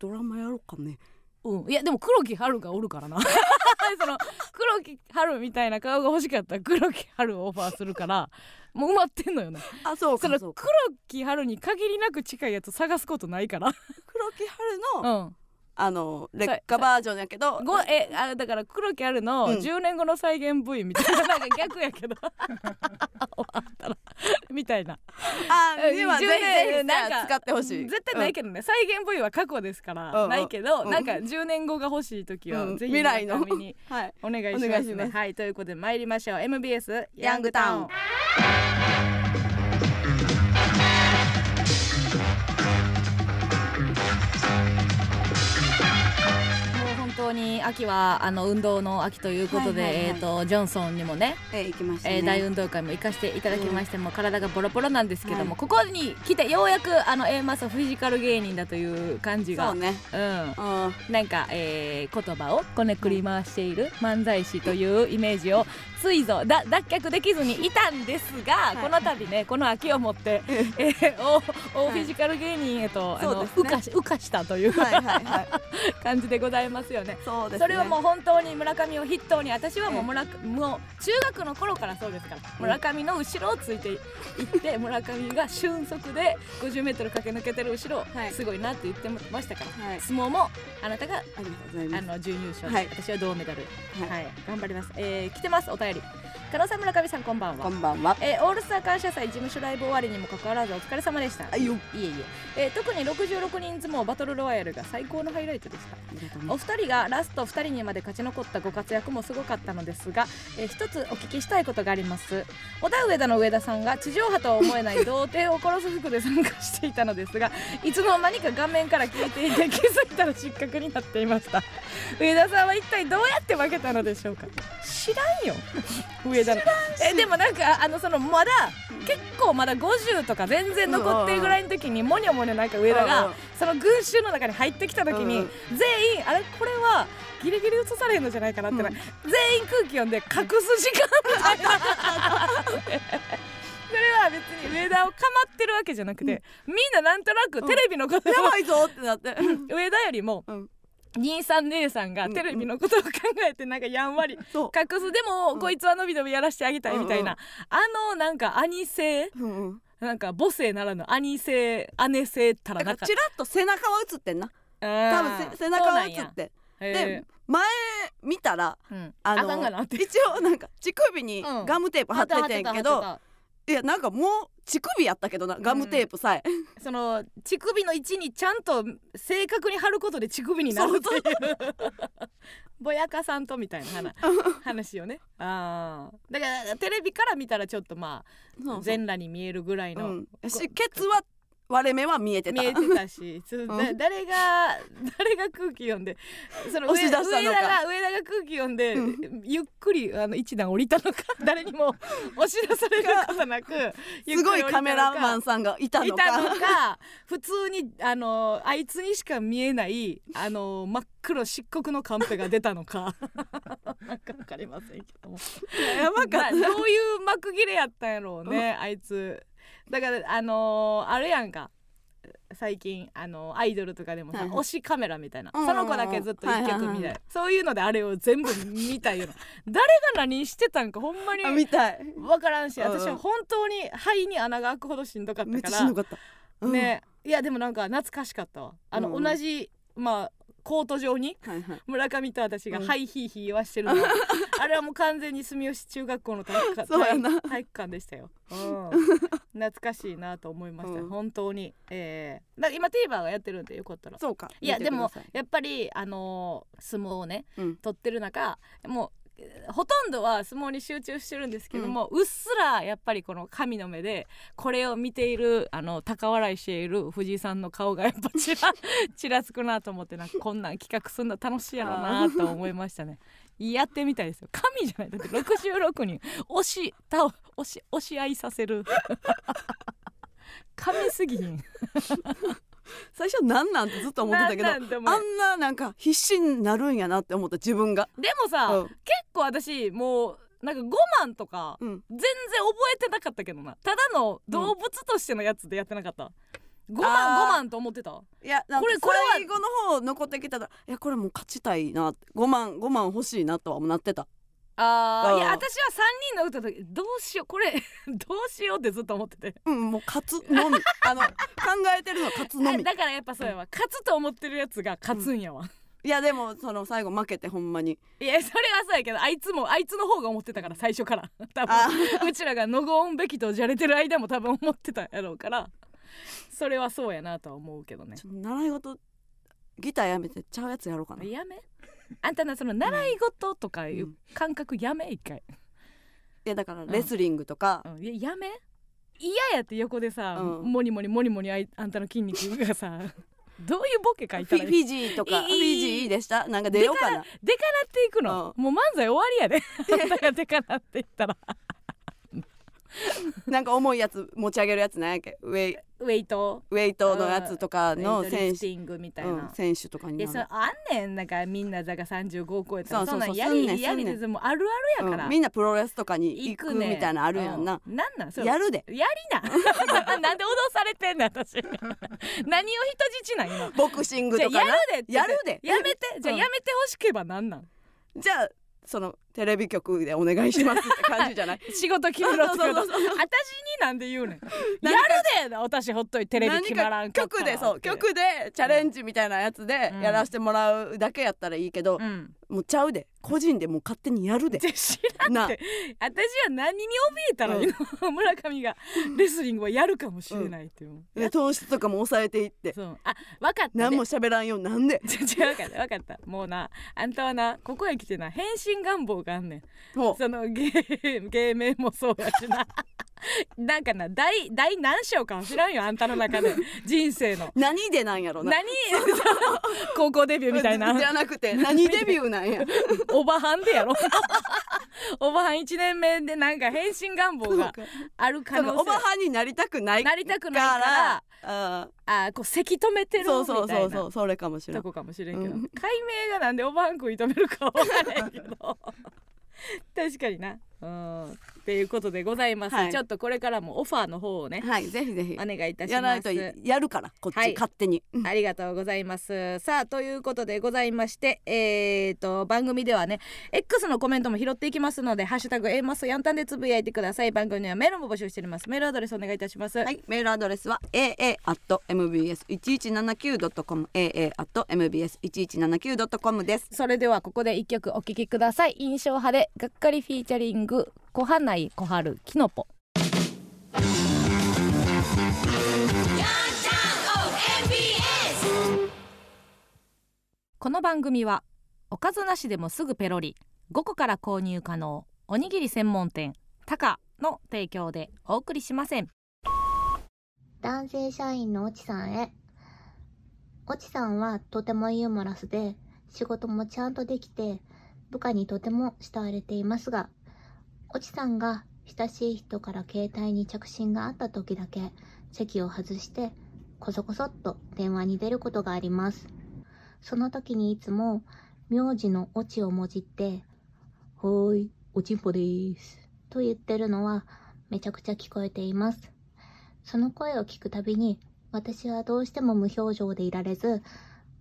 Speaker 1: ドラマやろうかね
Speaker 2: うん、いやでも黒木春がおるからな その黒木春みたいな顔が欲しかったら黒木春をオファーするからもう埋まってんのよな
Speaker 1: あそう
Speaker 2: そ
Speaker 1: か
Speaker 2: の
Speaker 1: そう
Speaker 2: 黒
Speaker 1: か
Speaker 2: 木春に限りなく近いやつ探すことないから、
Speaker 1: 黒木春の、
Speaker 2: うん、
Speaker 1: あの劣化バージョンやけど
Speaker 2: ごえあだから黒木あるの
Speaker 1: うん
Speaker 2: 10年後の再現部位みたいな、なんか逆やけど 終わったらみたいな
Speaker 1: あーでは
Speaker 2: 10
Speaker 1: ぜ
Speaker 2: 年
Speaker 1: ひぜひ
Speaker 2: なんか
Speaker 1: 使ってほしい
Speaker 2: 絶対ないけどね、再現部位は過去ですから、
Speaker 1: うん
Speaker 2: ないけど、
Speaker 1: うん
Speaker 2: なんか10年後が欲しい時は、
Speaker 1: うん
Speaker 2: ぜひ
Speaker 1: 未来の
Speaker 2: 村上に
Speaker 1: うんはい
Speaker 2: お願いしま
Speaker 1: お
Speaker 2: す,、ね、
Speaker 1: 願いします
Speaker 2: はいということで参りましょう MBS
Speaker 1: ヤングタウン
Speaker 2: もう本当に秋はあの運動の秋ということで、
Speaker 1: はいはいはい
Speaker 2: えっ、とジョンソンにもね、
Speaker 1: えー行きましたね、
Speaker 2: えー大運動会も行かせていただきまして、もう体がボロボロなんですけども、ここに来てようやくあの A マスフィジカル芸人だという感じが
Speaker 1: そうね
Speaker 2: うん
Speaker 1: うん
Speaker 2: なんか、えー言葉をこねくり回している漫才師というイメージをついぞだ脱却できずにいたんですが、
Speaker 1: い
Speaker 2: この度ねこの秋を もって、
Speaker 1: え
Speaker 2: えー、おお
Speaker 1: はい
Speaker 2: フィジカル芸人へと、あ
Speaker 1: そう
Speaker 2: の
Speaker 1: ですね
Speaker 2: うかしうかしたという、
Speaker 1: はいはいはい
Speaker 2: 感じでございますよね。
Speaker 1: そうですね
Speaker 2: それはもう本当に村上を筆頭に私はもう
Speaker 1: ええ
Speaker 2: 村上もう中学の頃からそうですから
Speaker 1: うん
Speaker 2: 村上の後ろをついていって村上が俊足で 50m 駆け抜けてる後ろ
Speaker 1: はい
Speaker 2: すごいなって言ってましたから
Speaker 1: はい
Speaker 2: 相撲もあなたが
Speaker 1: ありがとうございま
Speaker 2: あ
Speaker 1: す
Speaker 2: の準優勝
Speaker 1: はい
Speaker 2: 私は銅メダル
Speaker 1: はい
Speaker 2: はい頑張りますえー来てますお便り加納さん村上さんこんばん
Speaker 1: こ
Speaker 2: は
Speaker 1: んばんは
Speaker 2: えーオールスター感謝祭事務所ライブ終わりにもかかわらずお疲れ様でした
Speaker 1: あ
Speaker 2: い
Speaker 1: いよ
Speaker 2: えいええー特に66人相撲バトルロワイヤルが最高のハイライトでした
Speaker 1: ありがとう
Speaker 2: お
Speaker 1: ね
Speaker 2: 二人がラスト2人にまで勝ち残ったご活躍もすごかったのですが、えー一つお聞きしたいことがあります小田上田の上田さんが地上波とは思えない童貞を殺す服で参加していたのですがいつの間にか顔面から消えていて気づいたら失格になっていました上田さんは一体どうやって負けたのでしょうか知らんよ 上田のえでもなんかあのそのまだ結構まだ50とか全然残ってるぐらいの時にもにょもにょなんか上田が、
Speaker 1: うんうん
Speaker 2: その群衆の中に入ってきた時に、
Speaker 1: うんうん
Speaker 2: 全員あれこれはギリギリ映されへんのじゃないかなってな、
Speaker 1: うん
Speaker 2: 全員空気読んで隠す時間みたいな それは別に上田をかまってるわけじゃなくて、みんななんとなくテレビのことを、
Speaker 1: やばいぞってなって
Speaker 2: 上田よりも
Speaker 1: うん
Speaker 2: 兄さん姉さんがテレビのことを考えてなんかやんわり
Speaker 1: そ
Speaker 2: 隠すでもこいつはのびのびやらしてあげたいみたいな、あのなんか兄性
Speaker 1: う、うんうん、
Speaker 2: なんか母性ならぬ兄性姉性た
Speaker 1: だか
Speaker 2: らな
Speaker 1: ら
Speaker 2: か
Speaker 1: チラッと背中は映ってんな多
Speaker 2: 多
Speaker 1: 分せ背中は映ってで前見たら
Speaker 2: うん、
Speaker 1: あ
Speaker 2: あかんがな
Speaker 1: の
Speaker 2: って
Speaker 1: 一応なんか乳首に
Speaker 2: うん
Speaker 1: ガムテープ貼っててんけど、
Speaker 2: 貼ってた貼っ
Speaker 1: い
Speaker 2: て
Speaker 1: やなんかもう乳首やったけどなガムテープさえ、
Speaker 2: たその乳首の位置にちゃんと正確に貼ることで乳首になるっていう ぼやかさんとみたいな話話をねあーだからテレビから見たらちょっとま
Speaker 1: そうそ
Speaker 2: あ
Speaker 1: う
Speaker 2: 全裸に見えるぐらいの、
Speaker 1: うん、しケツは割れ目は見えてた
Speaker 2: 見えてた し、つだ
Speaker 1: うん
Speaker 2: 誰が誰が空気読んでその
Speaker 1: 押し出したのか
Speaker 2: 上田が上田が空気読んで、
Speaker 1: う
Speaker 2: ゆっくりあの一段降りたのか誰にも押し出されることなく
Speaker 1: すごいカメラマン
Speaker 2: い
Speaker 1: さんがい
Speaker 2: た
Speaker 1: た
Speaker 2: の
Speaker 1: の
Speaker 2: か
Speaker 1: か
Speaker 2: 普通にあのあいつにしか見えないあの真っ黒漆黒のカンペが出たのかなんかわかりませんけども
Speaker 1: やばかっ
Speaker 2: などういう幕切れやったんやろうねあいつだからあのーあれやんか最近あのーアイドルとかでもさ、
Speaker 1: はいはい
Speaker 2: 推しカメラみたいな、
Speaker 1: うんうんう
Speaker 2: そ
Speaker 1: ん
Speaker 2: の子だけずっと一曲みたいな、
Speaker 1: はいはいはい
Speaker 2: そういうのであれを全部見たような誰が何してたんかほんま
Speaker 1: た
Speaker 2: に
Speaker 1: みたい
Speaker 2: 分からんし
Speaker 1: うんうん
Speaker 2: 私は本当に肺に穴が開くほどしんどかっ
Speaker 1: め
Speaker 2: た
Speaker 1: っ
Speaker 2: か
Speaker 1: ちゃしん
Speaker 2: ら
Speaker 1: どかった、うん、
Speaker 2: ねいやでもなんか懐かしかったわあの、
Speaker 1: うんうん
Speaker 2: 同じまあコート上に
Speaker 1: はいはい
Speaker 2: 村上と私が
Speaker 1: うん
Speaker 2: ハイヒーヒー言 わしてるのが、あれはもう完全に住吉中学校の体育館
Speaker 1: そうやな
Speaker 2: 体育館でしたよ、うん懐かしいなと思いました、
Speaker 1: うん
Speaker 2: 本当に、えー、だから今 TVer がやってるんでよかったら
Speaker 1: そうか
Speaker 2: いや
Speaker 1: 見て
Speaker 2: で
Speaker 1: くだ
Speaker 2: も
Speaker 1: さい
Speaker 2: やっぱりあのー相撲をね
Speaker 1: うん
Speaker 2: 撮ってる中もうえーほとんどは相撲に集中してるんですけども、うっすらやっぱりこの神の目でこれを見ているあの高笑いしている藤井さんの顔がやっぱち らちらつくなと思ってなんかこんなん企画すんの楽しいやろなと思いましたね。やってみたいですよ神じゃないだって66人押し倒押し押し合いさせる 神すぎひん
Speaker 1: 最初なんなんてずっと思ってたけど
Speaker 2: なんなんて思う
Speaker 1: あんななんか必死になるんやなって思った自分が
Speaker 2: でもさ、
Speaker 1: うん
Speaker 2: 結構私もうなんか5万とか、
Speaker 1: うん
Speaker 2: 全然覚えてなかったけどなただの動物としてのやつでやってなかった、5
Speaker 1: あー
Speaker 2: 万5万と思ってた
Speaker 1: いやなんか
Speaker 2: これこれは
Speaker 1: 最後の方残ってきたらいやこれもう勝ちたいな5万5万欲しいなとはなってた
Speaker 2: あ
Speaker 1: あ
Speaker 2: ー
Speaker 1: ー
Speaker 2: いや私は3人の歌の時どうしようこれ どうしようってずっと思ってて
Speaker 1: うんもう勝つのみ あの考えてるのは勝つの
Speaker 2: あ
Speaker 1: み
Speaker 2: だからやっぱそうやわ勝つと思ってるやつが勝つんやわ、
Speaker 1: いやでもその最後負けてほんまに
Speaker 2: いやそれはそうやけどあいつもあいつの方が思ってたから最初から 多
Speaker 1: あ
Speaker 2: 分うちらがのごおんべきとじゃれてる間も多分思ってたやろうからそれはそうやなとは思うけどね
Speaker 1: ちょっと習い事ギターやめてちゃうやつやろうかな
Speaker 2: やめあんたなその習い事とかいう
Speaker 1: うん
Speaker 2: 感覚やめ一回、
Speaker 1: いやだからレスリングとか、
Speaker 2: うんいややめ嫌やって横でさ、
Speaker 1: うん
Speaker 2: モニモニモニモニあいあんたの筋肉がさどういうボケ書い
Speaker 1: フ
Speaker 2: た
Speaker 1: ィ
Speaker 2: らい
Speaker 1: フ
Speaker 2: い
Speaker 1: ィジーとか
Speaker 2: い
Speaker 1: フ
Speaker 2: いいい
Speaker 1: ィジーでしたなんか出ようかな
Speaker 2: デカなっていくの、もう漫才終わりや であんたがデカなっていったら
Speaker 1: なんか重いやつ持ち上げるやつなんやっけウェイ
Speaker 2: ウェイト
Speaker 1: ウェイトのやつとかの
Speaker 2: ウェイトリ
Speaker 1: 選
Speaker 2: フテ
Speaker 1: 手、
Speaker 2: ィングみたいな、
Speaker 1: うん、選手とかに
Speaker 2: いや
Speaker 1: な
Speaker 2: それ
Speaker 1: る
Speaker 2: あんねんなんかみんなだが35を超えたら
Speaker 1: そ
Speaker 2: そう
Speaker 1: そ
Speaker 2: ん
Speaker 1: うそ
Speaker 2: な
Speaker 1: うんす
Speaker 2: や
Speaker 1: んねん
Speaker 2: りやり
Speaker 1: すんねん
Speaker 2: でもうあるあるやか
Speaker 1: う
Speaker 2: ら
Speaker 1: んみんなプロレスとかに
Speaker 2: 行
Speaker 1: 行
Speaker 2: く
Speaker 1: く
Speaker 2: ね
Speaker 1: みたいなのあるやんな、
Speaker 2: うなんなんそれ
Speaker 1: やるで
Speaker 2: やりな なんで脅されてんねん私 何を人質なん今
Speaker 1: ボクシング
Speaker 2: じゃ
Speaker 1: と
Speaker 2: あや
Speaker 1: か
Speaker 2: る
Speaker 1: な
Speaker 2: でって
Speaker 1: やるで
Speaker 2: やめてじゃあ
Speaker 1: うん
Speaker 2: やめてほしけばなんなん
Speaker 1: じゃあそのテレビ局でお願いしますって感じじゃない
Speaker 2: 仕事決めろってこと
Speaker 1: そう そう
Speaker 2: 私になんで言 うねんや
Speaker 1: 何か
Speaker 2: るで私ほっといてテレビ決まらんかった
Speaker 1: 曲
Speaker 2: ら
Speaker 1: でそう曲でチャレンジみたいなやつで
Speaker 2: うん
Speaker 1: やらせてもらうだけやったらいいけど、
Speaker 2: うん
Speaker 1: もうちゃうで個人でもう勝手にや るで
Speaker 2: じゃあ知らん
Speaker 1: な
Speaker 2: って私は何に怯えたらいいの 村上がレスリングはやるかもしれないっていう
Speaker 1: で糖質とかも抑えていって
Speaker 2: そうあ分かった
Speaker 1: 何
Speaker 2: ね
Speaker 1: も喋らんようになんで
Speaker 2: 違う分かった分かったもうなあんたはなここへ来てな変身願望があんねん
Speaker 1: もう
Speaker 2: その芸芸名もそうやしな なんかな第第何章かは知らんよあんたの 中で人生の
Speaker 1: 何でなんやろな
Speaker 2: 何 高校デビューみたいな
Speaker 1: じゃなくて何デビューなん や
Speaker 2: おばはんでやろ おばはん1年目でなんか変身願望がある可
Speaker 1: そ
Speaker 2: 能
Speaker 1: の
Speaker 2: 性
Speaker 1: おばはんになりたくない
Speaker 2: なりたくないから
Speaker 1: ら
Speaker 2: あーこうせき止めてるみたい
Speaker 1: そ
Speaker 2: な
Speaker 1: うそうそうそうそれかもしれ
Speaker 2: と
Speaker 1: ん
Speaker 2: こかもしれんけど、
Speaker 1: うん
Speaker 2: 解明がなんでおばはん食い止めるかわからん けど確かになうんっていうことでございます、
Speaker 1: はい
Speaker 2: ちょっとこれからもオファーの方をね
Speaker 1: はいぜひぜひ
Speaker 2: お願いいたし
Speaker 1: やらな
Speaker 2: ま
Speaker 1: いと
Speaker 2: す
Speaker 1: やるからこっ
Speaker 2: はい
Speaker 1: ち勝手にうん
Speaker 2: ありがとうございますさあということでございましてえー、と番組ではね X のコメントも拾っていきますので「ハッシュタグ #A マスやんたん」でつぶやいてください番組にはメールも募集しておりますメールアドレスお願いいたします、
Speaker 1: はい、メールアドレスは aa mbs 一一七九ドットコム aa mbs 一一七九ドットコムです。
Speaker 2: それではここで一曲お聴きください印象派でがっかりフィーチャリング小花井小春きのぽこの番組はおかずなしでもすぐペロリ5個から購入可能おにぎり専門店タカの提供でお送りしません
Speaker 3: 男性社員のおちさんへ。おちさんはとてもユーモラスで、仕事もちゃんとできて、部下にとても慕われていますが、おちさんが親しい人から携帯に着信があった時だけ、席を外して、こそこそっと電話に出ることがあります。その時にいつも、名字のおちをもじって、はーい、おちんぽでーす。と言ってるのは、めちゃくちゃ聞こえています。その声を聞くたびに、私はどうしても無表情でいられず、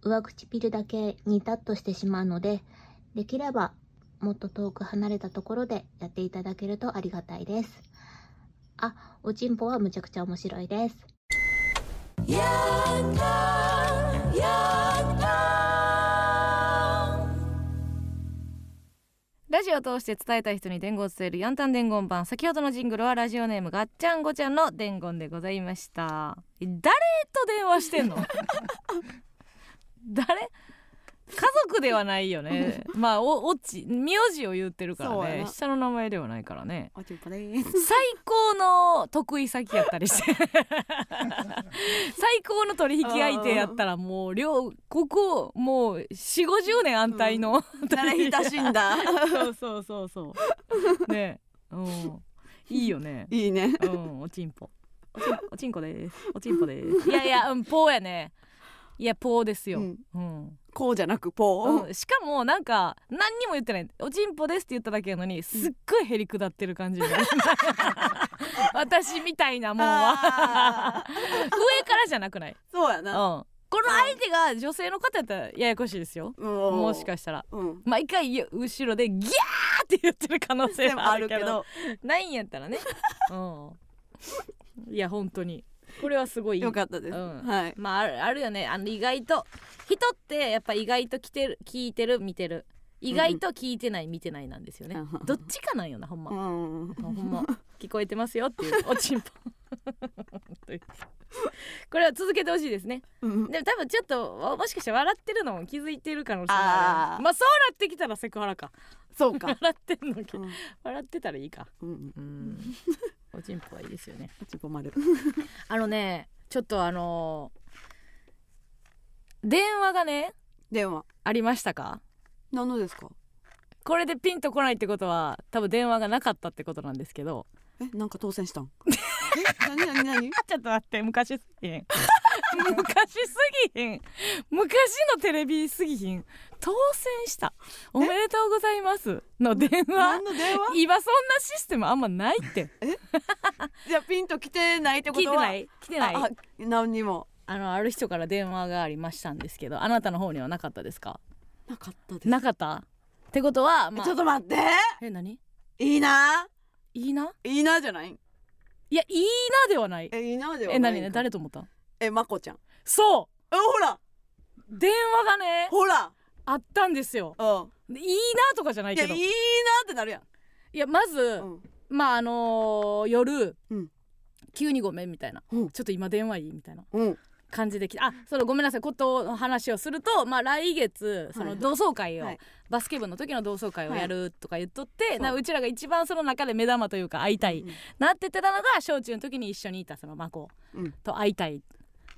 Speaker 3: 上唇だけニタッとしてしまうので、できればもっと遠く離れたところでやっていただけるとありがたいです。あ、おちんぽはむちゃくちゃ面白いです。
Speaker 2: ラジオを通して伝えたい人に伝言を伝えるヤンタン伝言版先ほどのジングルはラジオネームがっちゃんごちゃんの伝言でございました誰と電話してんの誰家族ではない よねまあおおっち名字を言ってるから
Speaker 1: そうや
Speaker 2: ね
Speaker 1: な
Speaker 2: 下の名前ではないからね
Speaker 1: おちんぽです。
Speaker 2: 最高の得意先やったりして最高の取引相手やったらもう両ここもう4 5 0年安泰の、
Speaker 1: 慣れ親しんだ。
Speaker 2: そうそうそうそう。ね、うん、いいよね。
Speaker 1: いいね。
Speaker 2: うん、おちんぽ。おちん、おちんこです。おちんぽです。いやいや、うん、ぽーやね。いや、ぽーですよ。
Speaker 1: う
Speaker 2: うんん。
Speaker 1: こうじゃなくポー。
Speaker 2: うんしかもなんか何にも言ってない「おちんぽです」って言っただけなのにすっごいへりくだってる感じ私みたいなもんは
Speaker 1: あ
Speaker 2: 上からじゃなくない、
Speaker 1: そうや
Speaker 2: うん、
Speaker 1: な。
Speaker 2: この相手が女性の方やったらややこしいですよも
Speaker 1: も
Speaker 2: しかしたら
Speaker 1: うん。
Speaker 2: 毎回ゆ後ろでギャーって言ってる可能
Speaker 1: で
Speaker 2: 性
Speaker 1: も
Speaker 2: も
Speaker 1: あ
Speaker 2: あ
Speaker 1: る
Speaker 2: る
Speaker 1: け
Speaker 2: けど
Speaker 1: ど。
Speaker 2: ないんやった らね、うん、いや本当にこれはすごい
Speaker 1: よかったです。
Speaker 2: うん
Speaker 1: はい。
Speaker 2: まああるあるよねあの意外と人ってやっぱ意外と来てる聞いてる見てる意外と聞いてない見てないなんですよね、
Speaker 1: うん
Speaker 2: どっちかなんよなほんま、
Speaker 1: うん。
Speaker 2: ほんま聞こえてますよっていうおちんぽ というこれは続けてほしいですね
Speaker 1: うん
Speaker 2: でも多分ちょっともしかして笑ってるのも気づいてる可能性もあ
Speaker 1: あー
Speaker 2: るまあそうなってきたらセクハラか
Speaker 1: そう か。
Speaker 2: 笑ってんのき
Speaker 1: うん
Speaker 2: 笑ってたらいいか
Speaker 1: うん。
Speaker 2: うんおちんぽはいいですよね
Speaker 1: おちんぽ丸。
Speaker 2: あのねちょっとあのー電話がね
Speaker 1: 電話
Speaker 2: ありましたか
Speaker 1: 何のですか
Speaker 2: これでピンとこないってことは多分電話がなかったってことなんですけど
Speaker 1: えなんか当選 したんえ何何何
Speaker 2: ちょっと待って昔すぎへん 昔すぎひん昔のテレビすぎひん当選したおめでとうございますの電話
Speaker 1: 何の電話
Speaker 2: 今そんなシステムあんまないって
Speaker 1: じゃあピンと来てないってこ
Speaker 2: 聞いて
Speaker 1: とは
Speaker 2: ない来てない
Speaker 1: ああ何にも
Speaker 2: あのある人から電話がありましたんですけどあなたの方にはなかったですか
Speaker 1: なかったです
Speaker 2: なかったってことは、まあ、
Speaker 1: ちょっと待って
Speaker 2: え何
Speaker 1: いいない
Speaker 2: いない
Speaker 1: いなじゃない
Speaker 2: いやいいなではない
Speaker 1: えいいなでは
Speaker 2: え
Speaker 1: ない
Speaker 2: 何ね誰と思った
Speaker 1: えまこちゃん
Speaker 2: そ
Speaker 1: えほら
Speaker 2: う電話がね
Speaker 1: ほら
Speaker 2: あったんですよ
Speaker 1: うん
Speaker 2: でいいなとかじゃない
Speaker 1: いや
Speaker 2: け
Speaker 1: い
Speaker 2: ど
Speaker 1: い
Speaker 2: い
Speaker 1: な
Speaker 2: や
Speaker 1: ってなるやん
Speaker 2: まず、
Speaker 1: うん
Speaker 2: まああのー夜、
Speaker 1: うん
Speaker 2: 急にごめんみたいな、
Speaker 1: うん
Speaker 2: ちょっと今電話いいみたいな
Speaker 1: うん
Speaker 2: 感じで来てあそのごめんなさいことの話をすると、まあ、来月そ
Speaker 1: は
Speaker 2: の
Speaker 1: い
Speaker 2: 同窓会を、
Speaker 1: はい
Speaker 2: バスケ部の時の同窓会を
Speaker 1: はい
Speaker 2: やるとか言っとって、
Speaker 1: う
Speaker 2: なうちらが一番その中で目玉というか会いたい、
Speaker 1: うん
Speaker 2: なって言ってたのが小中の時に一緒にいたその真子
Speaker 1: うん
Speaker 2: と会いたいっ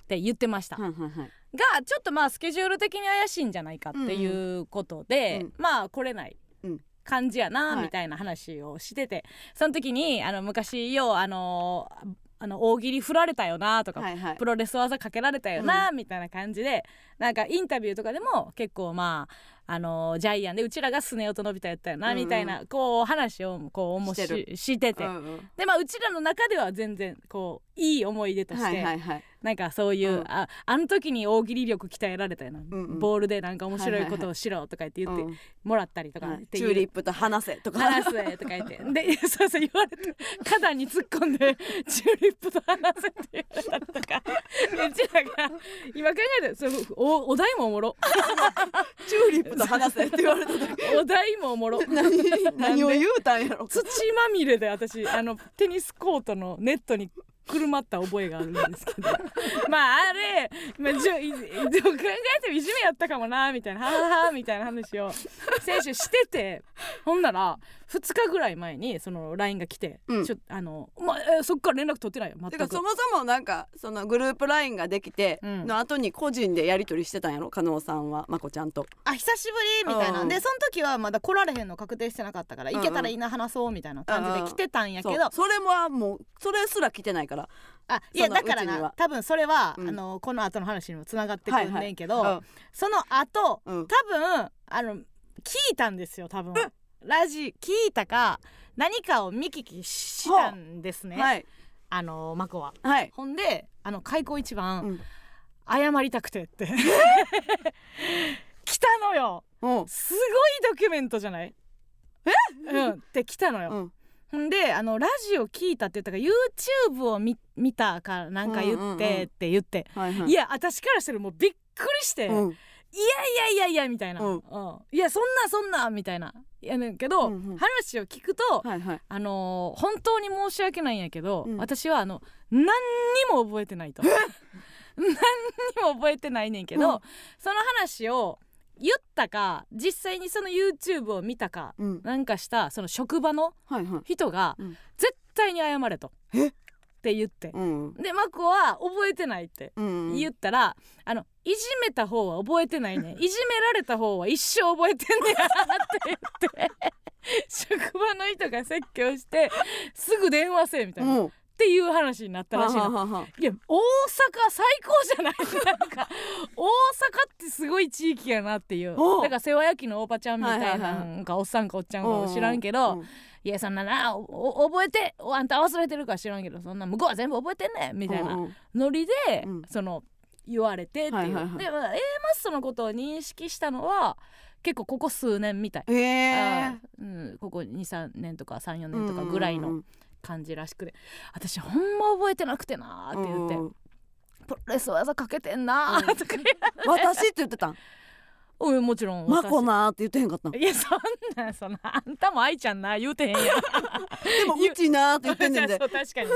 Speaker 2: て言ってました、
Speaker 1: はいはいはい
Speaker 2: がちょっとまあスケジュール的に怪しいんじゃないかっていうことで、
Speaker 1: うんうん
Speaker 2: まあ来れない
Speaker 1: うん
Speaker 2: 感じやな
Speaker 1: はい
Speaker 2: みたいな話をしてて、その時にあの昔ようあのあの大喜利振られたよなとか、
Speaker 1: はいはい
Speaker 2: プロレス技かけられたよなみたいな感じで、なんかインタビューとかでも結構まああのジャイアンでうちらがスネ夫とのび太やったよな
Speaker 1: うんうん
Speaker 2: みたいな、こう話をこうおもし
Speaker 1: して
Speaker 2: してて、
Speaker 1: うんうん
Speaker 2: でまあうちらの中では全然こういい思い出として、
Speaker 1: はいはいはい
Speaker 2: なんかそういう、
Speaker 1: うん
Speaker 2: ああの時に大喜利力鍛えられたよな、
Speaker 1: んうん
Speaker 2: ボールでなんか面白いことをしろとか言って言っ
Speaker 1: う
Speaker 2: て
Speaker 1: ん
Speaker 2: もらったりとか
Speaker 1: は
Speaker 2: っ
Speaker 1: い
Speaker 2: て
Speaker 1: チ
Speaker 2: いう、
Speaker 1: ューリップと話せとか
Speaker 2: 話せとか言ってでそうそう言われて肩に突っ込んでチューリップと話せって言われたりとかでうちらが今考えてそうおお題もおもろ
Speaker 1: チューリップと話せって言わ れた時
Speaker 2: お題もおもろ
Speaker 1: 何何を言うたんやろ
Speaker 2: 土まみれで私あのテニスコートのネットにくるまった覚えがあるんです けどまああれ、まあ、じょいでも考えてもいじめやったかもなみたいなはははみたいな話を選手しててほんなら2日ぐらい前にその LINE が来て、
Speaker 1: うん
Speaker 2: ちょあの、まえーそっから連絡取ってないよ
Speaker 1: てか
Speaker 2: 全く
Speaker 1: そもそもなんかそのグループラインができて
Speaker 2: うん
Speaker 1: の後に個人でやり取りしてたんやろ加納さんはまこちゃんと
Speaker 4: あ久しぶりみたいな、
Speaker 1: うん
Speaker 4: でその時はまだ来られへんの確定してなかったから
Speaker 1: んうん
Speaker 4: 行けたらいいな話そうみたいな感じで来てたんやけど、
Speaker 1: そうそれはもうそれすら来てないから
Speaker 4: あいや
Speaker 1: その
Speaker 4: だから
Speaker 1: うちには
Speaker 4: な多分それは、
Speaker 1: うん
Speaker 4: あのこの後の話にもつながってくんねんけど、
Speaker 1: はいはい
Speaker 4: その後、
Speaker 1: うん
Speaker 4: 多分あの聞いたんですよ多分、ラジ聞いたか何かを見聞きしたんですね、
Speaker 1: はい
Speaker 4: あのマコは。
Speaker 1: はい
Speaker 4: ほんであの開口一番、
Speaker 1: うん
Speaker 4: 謝りたくてって 来たのよ
Speaker 1: うん
Speaker 4: すごいドキュメントじゃないえうんって来たのよ、
Speaker 1: うん
Speaker 4: ほんであのラジオ聞いたって言ったから YouTube を見見たかなんか
Speaker 1: うんう
Speaker 4: 言っ
Speaker 1: んうん
Speaker 4: てって言って、
Speaker 1: はいはい
Speaker 4: いや私からしたらもうびっくりして、
Speaker 1: う
Speaker 4: いや
Speaker 1: ん
Speaker 4: いやいやみたいな、
Speaker 1: うん
Speaker 4: うんいやそんなそんなみたいないやねんけど、
Speaker 1: うんうん
Speaker 4: 話を聞くと、
Speaker 1: はいはい
Speaker 2: あのー本当に申し訳ないんやけど、
Speaker 1: うん
Speaker 2: 私はあの何にも覚えてないと何にも覚えてないねんけど、
Speaker 1: うん
Speaker 2: その話を言ったか実際にその YouTube を見たか
Speaker 1: うん
Speaker 2: なんかしたその職場の
Speaker 1: はいはい
Speaker 2: 人が
Speaker 1: うん
Speaker 2: 絶対に謝れと、
Speaker 1: え
Speaker 2: って言って
Speaker 1: うん
Speaker 2: でマコは覚えてないって
Speaker 1: うん
Speaker 2: 言ったら、あのいじめた方は覚えてない ねんいじめられた方は一生覚えてんねんって言って職場の人が説教してすぐ電話せえみたいな、っ
Speaker 1: うん
Speaker 2: ていう話になったらしい
Speaker 1: は
Speaker 2: の。
Speaker 1: はははい
Speaker 2: や大阪最高じゃないなんか大阪ってすごい地域やなっていう
Speaker 1: おう
Speaker 2: だから世話焼きのおばちゃんみたい
Speaker 1: はい
Speaker 2: な
Speaker 1: はいはい
Speaker 2: なんかおっさんかおっちゃんか
Speaker 1: うんうん
Speaker 2: 知らんけ
Speaker 1: う
Speaker 2: ど
Speaker 1: ん
Speaker 2: いやそんななおお覚えておあんた忘れてるから知らんけどそんな向こうは全部覚えてんねんみたいな
Speaker 1: うんうん
Speaker 2: ノリで、
Speaker 1: うん
Speaker 2: その言われてっていう、
Speaker 1: はいはいはい
Speaker 2: でまあ A マッソのことを認識したのは結構ここ数年みたい、
Speaker 1: へ
Speaker 2: あ
Speaker 1: え
Speaker 2: ーうん、ここ23年とか34年とかぐらい
Speaker 1: うんう
Speaker 2: の
Speaker 1: ん
Speaker 2: 感じらしくて、私ほんま覚えてなくてなーって言って、
Speaker 1: うん
Speaker 2: プロレス技かけてんなーとか言って、
Speaker 1: 私って言ってたん
Speaker 2: うんもちろん
Speaker 1: マコ
Speaker 2: 私
Speaker 1: なーって言ってへんかったん
Speaker 2: いやそんなんそんなあんたも愛ちゃんな言うてへんやん
Speaker 1: でもうちなーって言ってんねんで
Speaker 2: そう 確かにな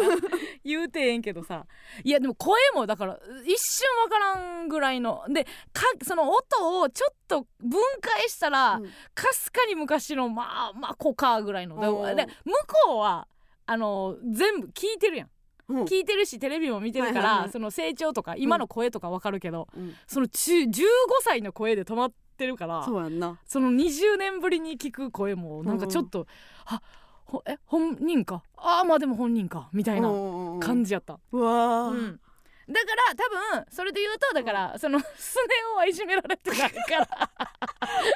Speaker 2: 言うてええんけどさいやでも声もだから一瞬わからんぐらいのでかその音をちょっと分解したら
Speaker 1: うん
Speaker 2: かす、かに昔のまあまあコカぐらいの
Speaker 1: おー
Speaker 2: でで向こうはあの全部聞いてるやん
Speaker 1: うん
Speaker 2: 聞いてるしテレビも見て
Speaker 1: は
Speaker 2: るか
Speaker 1: いはいは
Speaker 2: ら
Speaker 1: い
Speaker 2: その成長とか今の声とかわかるけど
Speaker 1: うん
Speaker 2: その中15歳の声で止まってるから
Speaker 1: そうやんな
Speaker 2: その20年ぶりに聞く声もなんかちょっとあほえ本人かあーまあでも本人かみたいな感
Speaker 1: じ
Speaker 2: じやった。
Speaker 1: うわ
Speaker 2: う
Speaker 1: ー
Speaker 2: んだから多分それで言うとだからそのスネ夫はいじめられてないから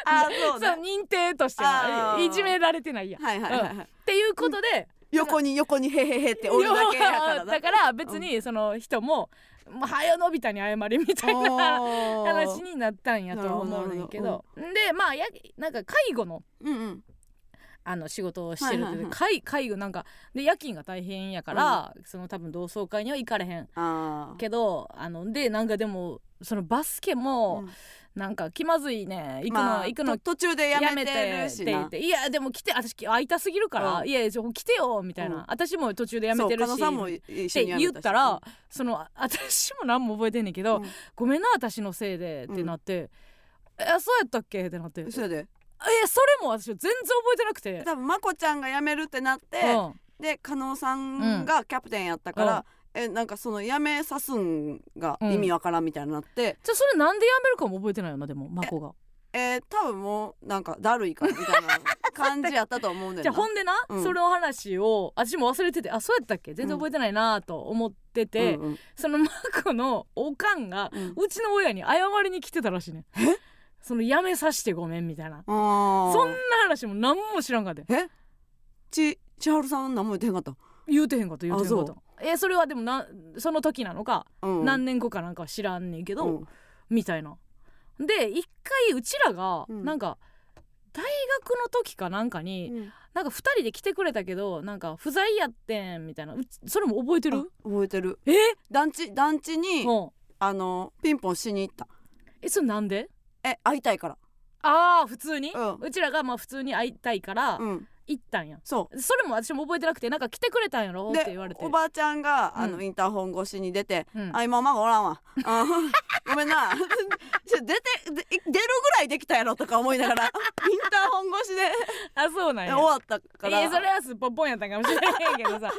Speaker 1: あーそう
Speaker 2: そ
Speaker 1: ね
Speaker 2: の認定としては
Speaker 1: あー
Speaker 2: いじめられてないやん。っ
Speaker 1: はいはいはいはい
Speaker 2: ていうことで
Speaker 1: 横に横にへへへっておるだけやからな
Speaker 2: だから別にその人も「もうはよのび太に謝り」みたいな
Speaker 1: おー
Speaker 2: 話になったんやとは思うねんけ
Speaker 1: なる
Speaker 2: どでまあやなんか介護の
Speaker 1: うんうん
Speaker 2: あの仕事をしてるって、
Speaker 1: はいはいはい
Speaker 2: 介介護なんかで夜勤が大変やから、その多分同窓会には行かれへん
Speaker 1: あー
Speaker 2: けどあのでなんかでもそのバスケも
Speaker 1: うん
Speaker 2: なんか気まずいね行くの、
Speaker 1: まあ
Speaker 2: 行くの
Speaker 1: と途中でや
Speaker 2: や
Speaker 1: め
Speaker 2: めて
Speaker 1: てる
Speaker 2: って
Speaker 1: し
Speaker 2: 言
Speaker 1: な
Speaker 2: って「いやでも来て私空いたすぎるから、
Speaker 1: うん
Speaker 2: いやちょ来てよ」みたいな、
Speaker 1: うん
Speaker 2: 私も途中でやめてる
Speaker 1: そう狩
Speaker 2: し
Speaker 1: 野さんも
Speaker 2: っ
Speaker 1: 一緒
Speaker 2: て
Speaker 1: にやめ
Speaker 2: 言
Speaker 1: し
Speaker 2: ったら、そのあ私も何も覚えてんねんけど「
Speaker 1: うん
Speaker 2: ごめんな私のせいで」ってなって「えそうやったっけ?」ってなって
Speaker 1: う
Speaker 2: 「え
Speaker 1: ん
Speaker 2: そ
Speaker 1: それで
Speaker 2: れも私全然覚えてなくて。
Speaker 1: 多分まこちゃんが辞めるってなって、
Speaker 2: うん
Speaker 1: で加納さんがキャプテンやったから、えなんかその辞めさすんが意味わからんみたいになって、
Speaker 2: じゃあそれなんでやめるかも覚えてないよなでもマコが。
Speaker 1: えー多分もうなんかだるいかみたいな感じやったと思うねんだ
Speaker 2: じゃあほんでな、
Speaker 1: うん
Speaker 2: その話を私も忘れててあそうやったっけ全然覚えてないなと思ってて、
Speaker 1: うんうん
Speaker 2: そのマコのおかんが
Speaker 1: うん
Speaker 2: うちの親に謝りに来てたらしいねんそのやめさしてごめんみたいな
Speaker 1: あー
Speaker 2: そんな話も何も知らんかって
Speaker 1: えち千春さん何も言ってへんかっ
Speaker 2: 言うてへんかと言うてへんか
Speaker 1: あ
Speaker 2: とえそれはでもなその時なのか、
Speaker 1: た、うん、
Speaker 2: 何年後かなんかは知らんねんけど、
Speaker 1: うん
Speaker 2: みたいな。で一回うちらが
Speaker 1: うん
Speaker 2: なんか、大学の時かなんかに、
Speaker 1: うん
Speaker 2: なんか2人で来てくれたけどなんか不在やってんみたいなうちそれも覚えてる
Speaker 1: あ覚えてる
Speaker 2: え
Speaker 1: 団地団地に
Speaker 2: うん
Speaker 1: あのピンポンしに行った
Speaker 2: えそれなんで
Speaker 1: え会いたいから
Speaker 2: ああ普通に、
Speaker 1: う
Speaker 2: うんちらがまあ普通に会いたいから
Speaker 1: うん
Speaker 2: 行ったんや、
Speaker 1: そう
Speaker 2: それも私も覚えてなくてなんか来てくれたんやろって言われて
Speaker 1: おばあちゃんがあの、
Speaker 2: うん
Speaker 1: インターホン越しに出て
Speaker 2: う
Speaker 1: 「
Speaker 2: ん
Speaker 1: あ今ママおらんわ」 あ「ごめんな」 ちょ「出てで出るぐらいできたやろ」とか思い ながらインターホン越しで
Speaker 2: あそうなん
Speaker 1: 終
Speaker 2: や
Speaker 1: わったか
Speaker 2: い
Speaker 1: ら。
Speaker 2: やそれはすっぽんぽんやったんかもしれへん けどさ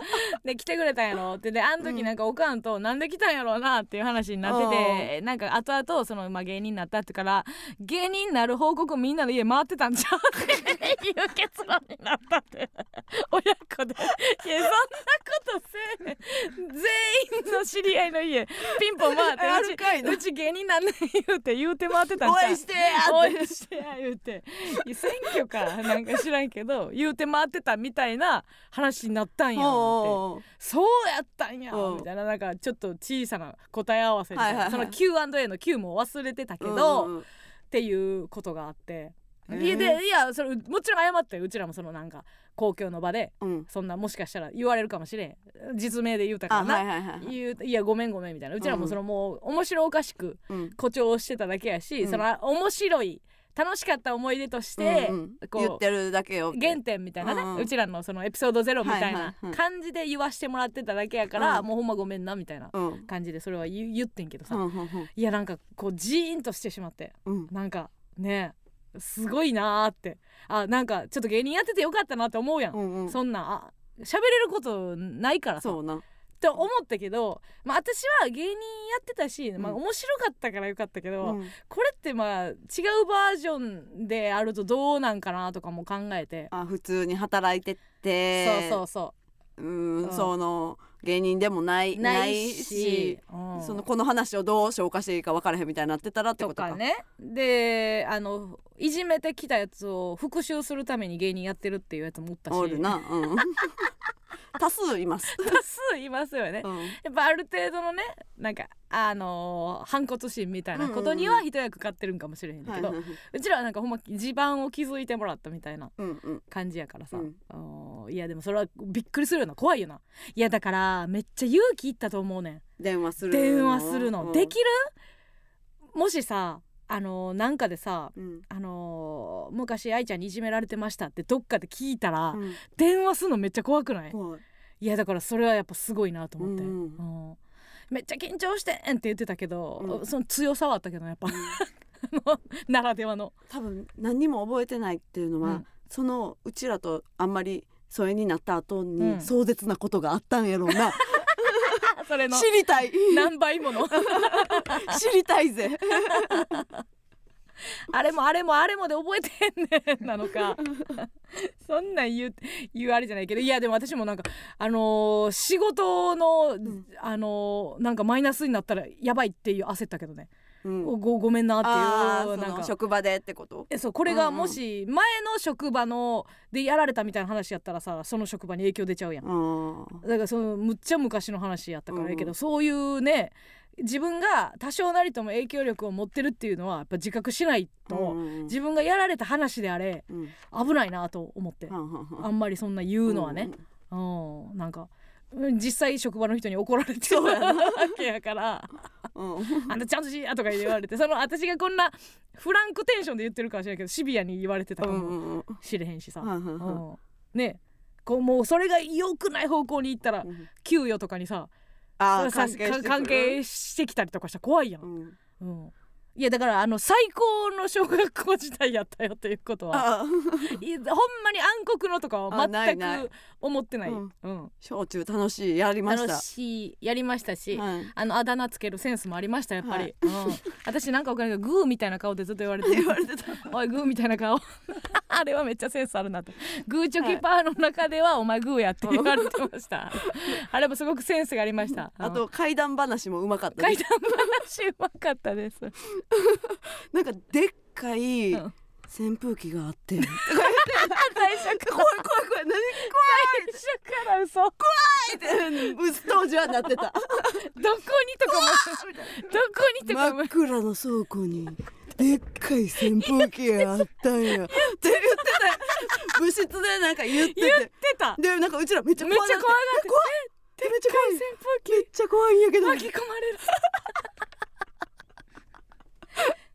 Speaker 2: で来てくれたんやろってであの時なんかおかんとなんで来たんやろうなっていう話になってて、なんか後々その、まあ、芸人になったってから芸人になる報告みんなの家回ってたんちゃうっていう結論になったって 親子でいやそんなことせえへん全員の知り合いの家ピンポン回って
Speaker 1: あ
Speaker 2: う
Speaker 1: るかい
Speaker 2: ち
Speaker 1: な
Speaker 2: うち芸人なんねん言うて言うて回ってたん
Speaker 1: 応
Speaker 2: ちゃう
Speaker 1: 援してや
Speaker 2: 応
Speaker 1: って
Speaker 2: 援してや言うていや選挙かなんか知らんけど言うて回ってたみたいな話になったんやって
Speaker 1: おうおう
Speaker 2: そうやったんや
Speaker 1: うん
Speaker 2: みたいななんかちょっと小さな答え合わせみたいな、
Speaker 1: はいはいはい
Speaker 2: その Q&A の Q も忘れてたけ
Speaker 1: うん
Speaker 2: ど、
Speaker 1: うんうん
Speaker 2: っていうことがあって。
Speaker 1: え
Speaker 2: いや
Speaker 1: ー
Speaker 2: でいやそれもちろん謝ってうちらもそのなんか公共の場で
Speaker 1: うん
Speaker 2: そんなもしかしたら言われるかもしれん実名で言うたか
Speaker 1: あ
Speaker 2: らな、
Speaker 1: はいはいはいはい
Speaker 2: 言ういやごめんごめんみたいなうちらもそのもう面白おかしく
Speaker 1: うん
Speaker 2: 誇張してただけやし、
Speaker 1: うん
Speaker 2: その面白い楽しかった思い出として、
Speaker 1: うんうん
Speaker 2: こう
Speaker 1: 言ってるだけよ
Speaker 2: 原点みたいなね、
Speaker 1: う
Speaker 2: うん
Speaker 1: うん
Speaker 2: ちらのそのエピソードゼロみたい
Speaker 1: はいは
Speaker 2: ない
Speaker 1: はい
Speaker 2: 感じで言わしてもらってただけやから、
Speaker 1: うん
Speaker 2: もうほんまごめんなみたいな
Speaker 1: うんうん
Speaker 2: 感じでそれは言う言ってんけどさ、
Speaker 1: うんうん
Speaker 2: いやなんかこうジーンとしてしまって
Speaker 1: うん
Speaker 2: なんかねすごいなーってあなんかちょっと芸人やっててよかったなって思うやん、
Speaker 1: うんうん
Speaker 2: そんなんあ喋れることないからさ
Speaker 1: そうな
Speaker 2: って思ったけど、まあ、私は芸人やってたし、まあ、
Speaker 1: うん
Speaker 2: 面白かったからよかったけど、
Speaker 1: うん
Speaker 2: これってまあ違うバージョンであるとどうなんかなとかも考えて、
Speaker 1: あ普通に働いてて
Speaker 2: そうそう
Speaker 1: うん、
Speaker 2: うん
Speaker 1: その芸人でもな
Speaker 2: う
Speaker 1: い
Speaker 2: ないし、うん
Speaker 1: そのこの話をどう消化していいか分からへんみたいになってたらって
Speaker 2: と
Speaker 1: ことか
Speaker 2: かねであのいじめてきたやつを復讐するために芸人やってるっていうやつもおったし
Speaker 1: おるな、うん、多数い ます、
Speaker 2: 多数い ますよね。
Speaker 1: うん
Speaker 2: やっぱある程度のねなんかあのー反骨心みたいなことには一役買ってるんかもしれへんけど、う
Speaker 1: はいはいはいう
Speaker 2: ちらはなんかほんま地盤を築いてもらったみたいな
Speaker 1: うんうん
Speaker 2: 感じやからさ、
Speaker 1: うん
Speaker 2: あのいやでもそれはびっくりするよな怖いよないやだからめっちゃ勇気いったと思うね
Speaker 1: 電話す
Speaker 2: ん
Speaker 1: る
Speaker 2: 電話するの、
Speaker 1: うん
Speaker 2: できるもしさあのなんかでさ
Speaker 1: うん
Speaker 2: あの昔愛ちゃんにいじめられてましたってどっかで聞いたら、
Speaker 1: うん
Speaker 2: 電話するのめっちゃ怖くない、
Speaker 1: 怖い
Speaker 2: いやだからそれはやっぱすごいなと思って、
Speaker 1: うん
Speaker 2: うんめっちゃ緊張してんって言ってたけど、
Speaker 1: うん
Speaker 2: その強さはあったけどやっぱ あのならではの、
Speaker 1: 多分何にも覚えてないっていうのは、
Speaker 2: うん
Speaker 1: そのうちらとあんまり疎遠になった後に、
Speaker 2: うん
Speaker 1: 壮絶なことがあったんやろうな
Speaker 2: それの
Speaker 1: 知りたい
Speaker 2: 何 倍もの
Speaker 1: 知りたいぜ
Speaker 2: あれもあれもあれもで覚えてんねんなのかそんなん言う言うあれじゃないけどいやでも私もなんかあのー仕事の、
Speaker 1: ん
Speaker 2: あのーなんかマイナスになったらやばいっていう焦ったけどね、
Speaker 1: うん
Speaker 2: ごごめんなって
Speaker 1: あ
Speaker 2: い
Speaker 1: ー
Speaker 2: うなん
Speaker 1: その
Speaker 2: か
Speaker 1: 職場でってこと
Speaker 2: えそうこれがもし前の職場のでやられたみたいな話やったらさその職場に影響出ちゃうやん
Speaker 1: うん
Speaker 2: だからそのむっちゃ昔の話やったからやけど、
Speaker 1: うん
Speaker 2: そういうね自分が多少なりとも影響力を持ってるっていうのはやっぱ自覚しないと、
Speaker 1: うん
Speaker 2: 自分がやられた話であれ
Speaker 1: うん
Speaker 2: 危ないなと思って、
Speaker 1: はんはんはん
Speaker 2: あんまりそんな言うのはね、うんなんかうん実際職場の人に怒られてる
Speaker 1: うや
Speaker 2: わ
Speaker 1: な
Speaker 2: けやから「
Speaker 1: うんうん
Speaker 2: あんたちゃんとしや」とか言われてその私がこんなフランクテンションで言ってるかもしれないけどシビアに言われてたか
Speaker 1: うんう
Speaker 2: も
Speaker 1: んうん
Speaker 2: しれへんしさ、
Speaker 1: はんはんはん
Speaker 2: うんねこうもうそれが良くない方向に行ったら
Speaker 1: うん
Speaker 2: 給与とかにさ
Speaker 1: あー関
Speaker 2: さ
Speaker 1: 係してくる
Speaker 2: 関係してきたりとかしたら怖いやん、
Speaker 1: うん
Speaker 2: うんいやだからあの最高の小学校時代やったよということは
Speaker 1: あー
Speaker 2: いほんまに暗黒のとかは
Speaker 1: あない
Speaker 2: 全
Speaker 1: ない
Speaker 2: く思ってない
Speaker 1: うん
Speaker 2: うん
Speaker 1: 小中楽しいやりました
Speaker 2: 楽しいやりましたし、
Speaker 1: はい
Speaker 2: あのあだ名つけるセンスもありましたやっぱり、
Speaker 1: はい
Speaker 2: うん、私なんかわかんないけどグーみたいな顔でずっと言われて
Speaker 1: 言われてた
Speaker 2: おいグーみたいな顔 あれはめっちゃセンスあるなとグーチョキパーの中ではお前グーやって言われてま したあれもすごくセンスがありました
Speaker 1: あと怪談話もうまかった
Speaker 2: 階
Speaker 1: で
Speaker 2: 段話うまかったです
Speaker 1: すなんかでっかい
Speaker 2: うん
Speaker 1: 扇風機があって 怖い
Speaker 2: 最 初か
Speaker 1: 怖い怖い何
Speaker 2: 最初から嘘どこ
Speaker 1: 怖いってうん当時はなって た
Speaker 2: にとかもどこにとか
Speaker 1: 真
Speaker 2: も
Speaker 1: っ暗の倉庫にでっかい扇風機があったんやって言ってたよ部室でなんか言って
Speaker 2: 言って
Speaker 1: て
Speaker 2: た
Speaker 1: でなんかうちらめっちゃ
Speaker 2: めっちゃ怖が
Speaker 1: な
Speaker 2: って
Speaker 1: 怖いめっちゃ怖い
Speaker 2: 扇
Speaker 1: めっちゃ怖いんやけど
Speaker 2: 風機巻き込まれる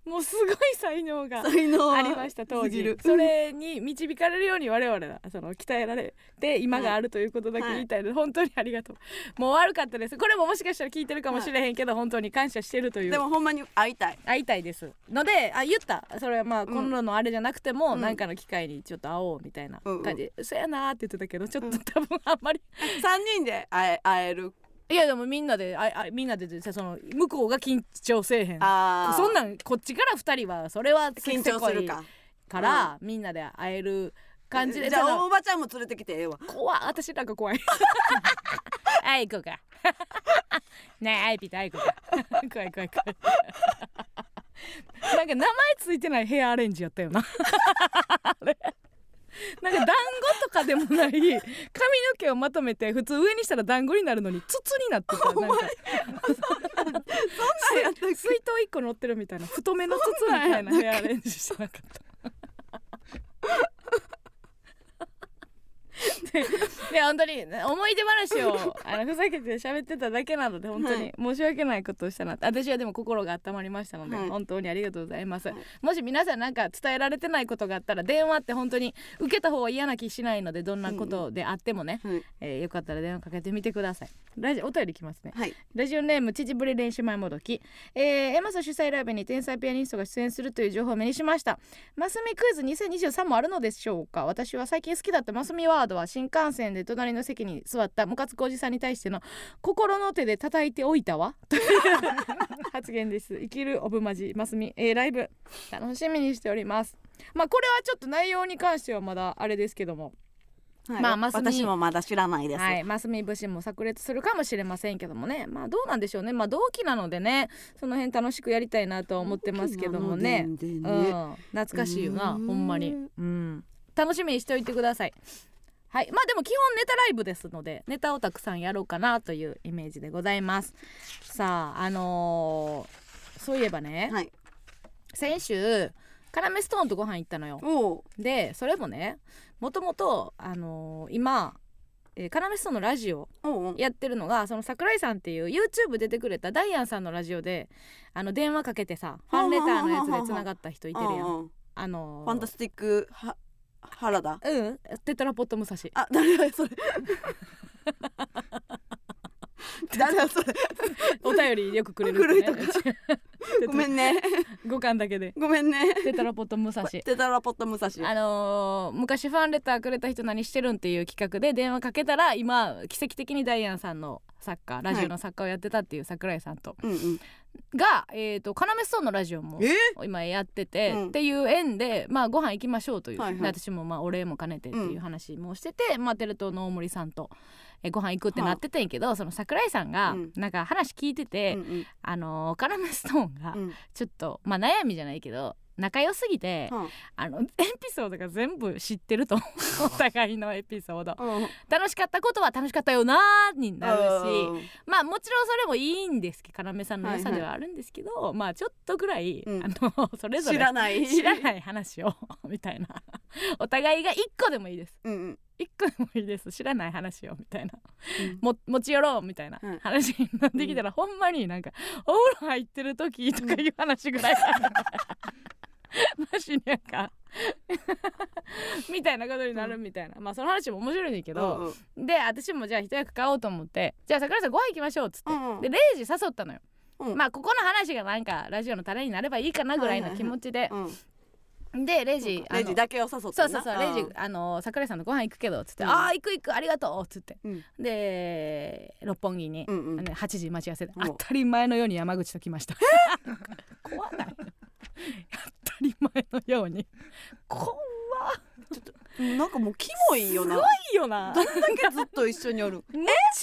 Speaker 2: もうすごい才能が
Speaker 1: 才能は
Speaker 2: ありました当
Speaker 1: すぎ
Speaker 2: 時
Speaker 1: る
Speaker 2: それに導かれるように我々はその鍛えられて今があるということだけ言いたいので、本当にありがとうもう悪かったですこれももしかしたら聞いてるかもしれへんけど、本当に感謝してるという
Speaker 1: でもほんまに会いたい
Speaker 2: 会いたいですのであ言ったそれはまあ
Speaker 1: ん
Speaker 2: 今度のあれじゃなくても
Speaker 1: うん
Speaker 2: 何かの機会にちょっと会おうみたいな
Speaker 1: うんうん
Speaker 2: 感じ、そやなーって言ってたけどちょっと多分あんまり、
Speaker 1: 三人で会え会える
Speaker 2: いやでもみんなであいあいみんなでその向こうが緊張せえへん
Speaker 1: あー
Speaker 2: そんなんこっちから2人はそれは
Speaker 1: 緊張するか
Speaker 2: から、みんなで会える感じで
Speaker 1: じゃ
Speaker 2: その
Speaker 1: あおばちゃんも連れてきてええわ
Speaker 2: 怖い私なん か怖いあいこうか ねえあいぴとあいこか 怖い怖い怖いなんか名前ついてないヘアアレンジやったよな あれなんか団子とかでもない髪の毛をまとめて普通上にしたら団子になるのに筒になって たなんか
Speaker 1: そんなんやったっけ
Speaker 2: 水筒一個乗ってるみたいな太めの筒みたいなヘアアレンジしてなかった。でで本当に思い出話をあのふざけて喋ってただけなので本当に申し訳ないことをしたなって私はでも心が温まりましたので、
Speaker 1: はい
Speaker 2: 本当にありがとうございます、
Speaker 1: はい
Speaker 2: もし皆さんなんか伝えられてないことがあったら電話って本当に受けた方は嫌な気しないのでどんなことであってもね、
Speaker 1: はい
Speaker 2: えーよかったら電話かけてみてくださいラジオお便り来ますね
Speaker 1: はい
Speaker 2: ラジオネーム秩父練習前もどき、えー、エマソ主催ライブに天才ピアニストが出演するという情報を目にしましたマスミクイズ2023もあるのでしょうか私は最近好きだったマスミワードは新幹線で隣の席に座ったムカつくおじさんに対しての心の手で叩いておいたわ という発言です生きるオブマジマスミ、えーライブ楽しみにしておりますまあこれはちょっと内容に関してはまだあれですけども
Speaker 1: はい
Speaker 2: まあマスミ
Speaker 1: 私もまだ知らないです
Speaker 2: はい、マスミ武士も炸裂するかもしれませんけどもねまあどうなんでしょうねまあ同期なのでねその辺楽しくやりたいなとは思ってますけどもね
Speaker 1: 同期なので
Speaker 2: う
Speaker 1: ね
Speaker 2: ん、懐かしいよな
Speaker 1: うーん
Speaker 2: ほんまに、うん、楽しみにしておいてくださいはいまあでも基本ネタライブですのでネタをたくさんやろうかなというイメージでございますさああのーそういえばね、
Speaker 1: はい
Speaker 2: 先週カラメストーンとご飯行ったのよ
Speaker 1: おう
Speaker 2: でそれもねもともとあのー今、えー、カラメストーンのラジオ
Speaker 1: おう
Speaker 2: やってるのがその桜井さんっていう YouTube 出てくれたダイアンさんのラジオであの電話かけてさファンレターのやつでつながった人いてるやん
Speaker 1: うんうん
Speaker 2: あの
Speaker 1: ファンタスティックは原田
Speaker 2: うんテトラポット 武蔵
Speaker 1: あ誰だ それ誰だそれ
Speaker 2: お便りよくくれる人ね
Speaker 1: くれる
Speaker 2: 出
Speaker 1: ごめ
Speaker 2: た
Speaker 1: んね
Speaker 2: 五感だけで
Speaker 1: ごめんね
Speaker 2: テトラポット 武蔵
Speaker 1: テトラポット武蔵
Speaker 2: あのー昔ファンレターくれた人何してるんっていう企画で電話かけたら今奇跡的にダイアンさんのサッカーラジオの作家をやってたっていう桜井さんと、
Speaker 1: うんうん
Speaker 2: が、えー、と要ストーンのラジオも
Speaker 1: え
Speaker 2: 今やってて、
Speaker 1: うん
Speaker 2: っていう縁で、まあ、ご飯行きましょうという、
Speaker 1: はいはい
Speaker 2: で私もまあお礼も兼ねてっていう話もしてて、まあ、テレ東の大森さんと、えーご飯行くってなってたんやけど、その桜井さんが
Speaker 1: うん
Speaker 2: なんか話聞いてて、
Speaker 1: うん
Speaker 2: あのー、要ストーンが
Speaker 1: うん
Speaker 2: ちょっと、まあ、悩みじゃないけど仲良すぎて、
Speaker 1: うん
Speaker 2: あのエピソードが全部知ってるとお互いのエピソード
Speaker 1: うん
Speaker 2: 楽しかったことは楽しかったよなーになるし
Speaker 1: うん
Speaker 2: まあもちろんそれもいいんですけど要さんの良さではあるんですけど、まあちょっとぐらい、
Speaker 1: うん
Speaker 2: あの それぞれ
Speaker 1: 知らない
Speaker 2: 知ら
Speaker 1: い、
Speaker 2: ない話を みたいなお互いが1個でもいいです
Speaker 1: うんうん
Speaker 2: 1個でもいいです知らない話をみたいな
Speaker 1: うん
Speaker 2: も持ち寄ろうみたいな
Speaker 1: うん
Speaker 2: 話になってきたら、ほんまになんかお風呂入ってる時とかいう話ぐらい、 マジなんか みたいなことになるみたいな、まあその話も面白いねんだけど、
Speaker 1: うんうん
Speaker 2: で私もじゃあ一役買おうと思ってじゃあ桜井さんご飯行きましょうっつって、
Speaker 1: うんうん
Speaker 2: で0時誘ったのよ、
Speaker 1: うん
Speaker 2: まあここの話がなんかラジオのタレになればいいかなぐらいの気持ちで、
Speaker 1: うん
Speaker 2: で0時あの
Speaker 1: レジだけを誘ってな
Speaker 2: そうそうそう0時
Speaker 1: ん
Speaker 2: あの桜井さんとご飯行くけどっつって、
Speaker 1: うん
Speaker 2: ああ行く行くありがとうっつって、
Speaker 1: うん
Speaker 2: で六本木に、
Speaker 1: うんうん
Speaker 2: ね8時待ち合わせで
Speaker 1: うん
Speaker 2: 当たり前のように山口と来ました怖ない当たり前のように怖
Speaker 1: なんかもうキモいよな。
Speaker 2: いよな
Speaker 1: どんだけずっと一緒におる。
Speaker 2: もち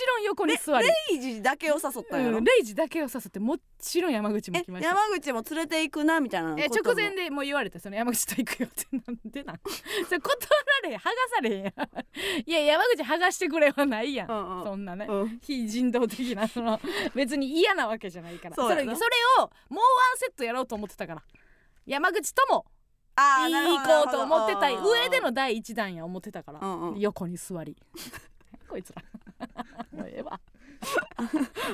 Speaker 2: ろん横に座り
Speaker 1: レイジだけを誘ったんやろ。
Speaker 2: うん、レイジだけを誘ってもちろん山口も
Speaker 1: え
Speaker 2: 来ました
Speaker 1: 山口も連れて行くなみたいなこと
Speaker 2: え
Speaker 1: も
Speaker 2: 直前でもう言われてその山口と行くよってなんでなん それ断られへん剥がされへんやん いや山口剥がしてくれはないやん、
Speaker 1: うんうん
Speaker 2: そんなね、
Speaker 1: うん
Speaker 2: 非人道的なその別に嫌なわけじゃないから
Speaker 1: そう
Speaker 2: そ
Speaker 1: や
Speaker 2: れ
Speaker 1: な
Speaker 2: それをもうワンセットやろうと思ってたから山口とも
Speaker 1: あーなる
Speaker 2: 行
Speaker 1: ほど
Speaker 2: こうと思ってた
Speaker 1: なるほど
Speaker 2: 上での第一弾や思ってたから、
Speaker 1: うんうん
Speaker 2: 横に座り こい つらもうええわ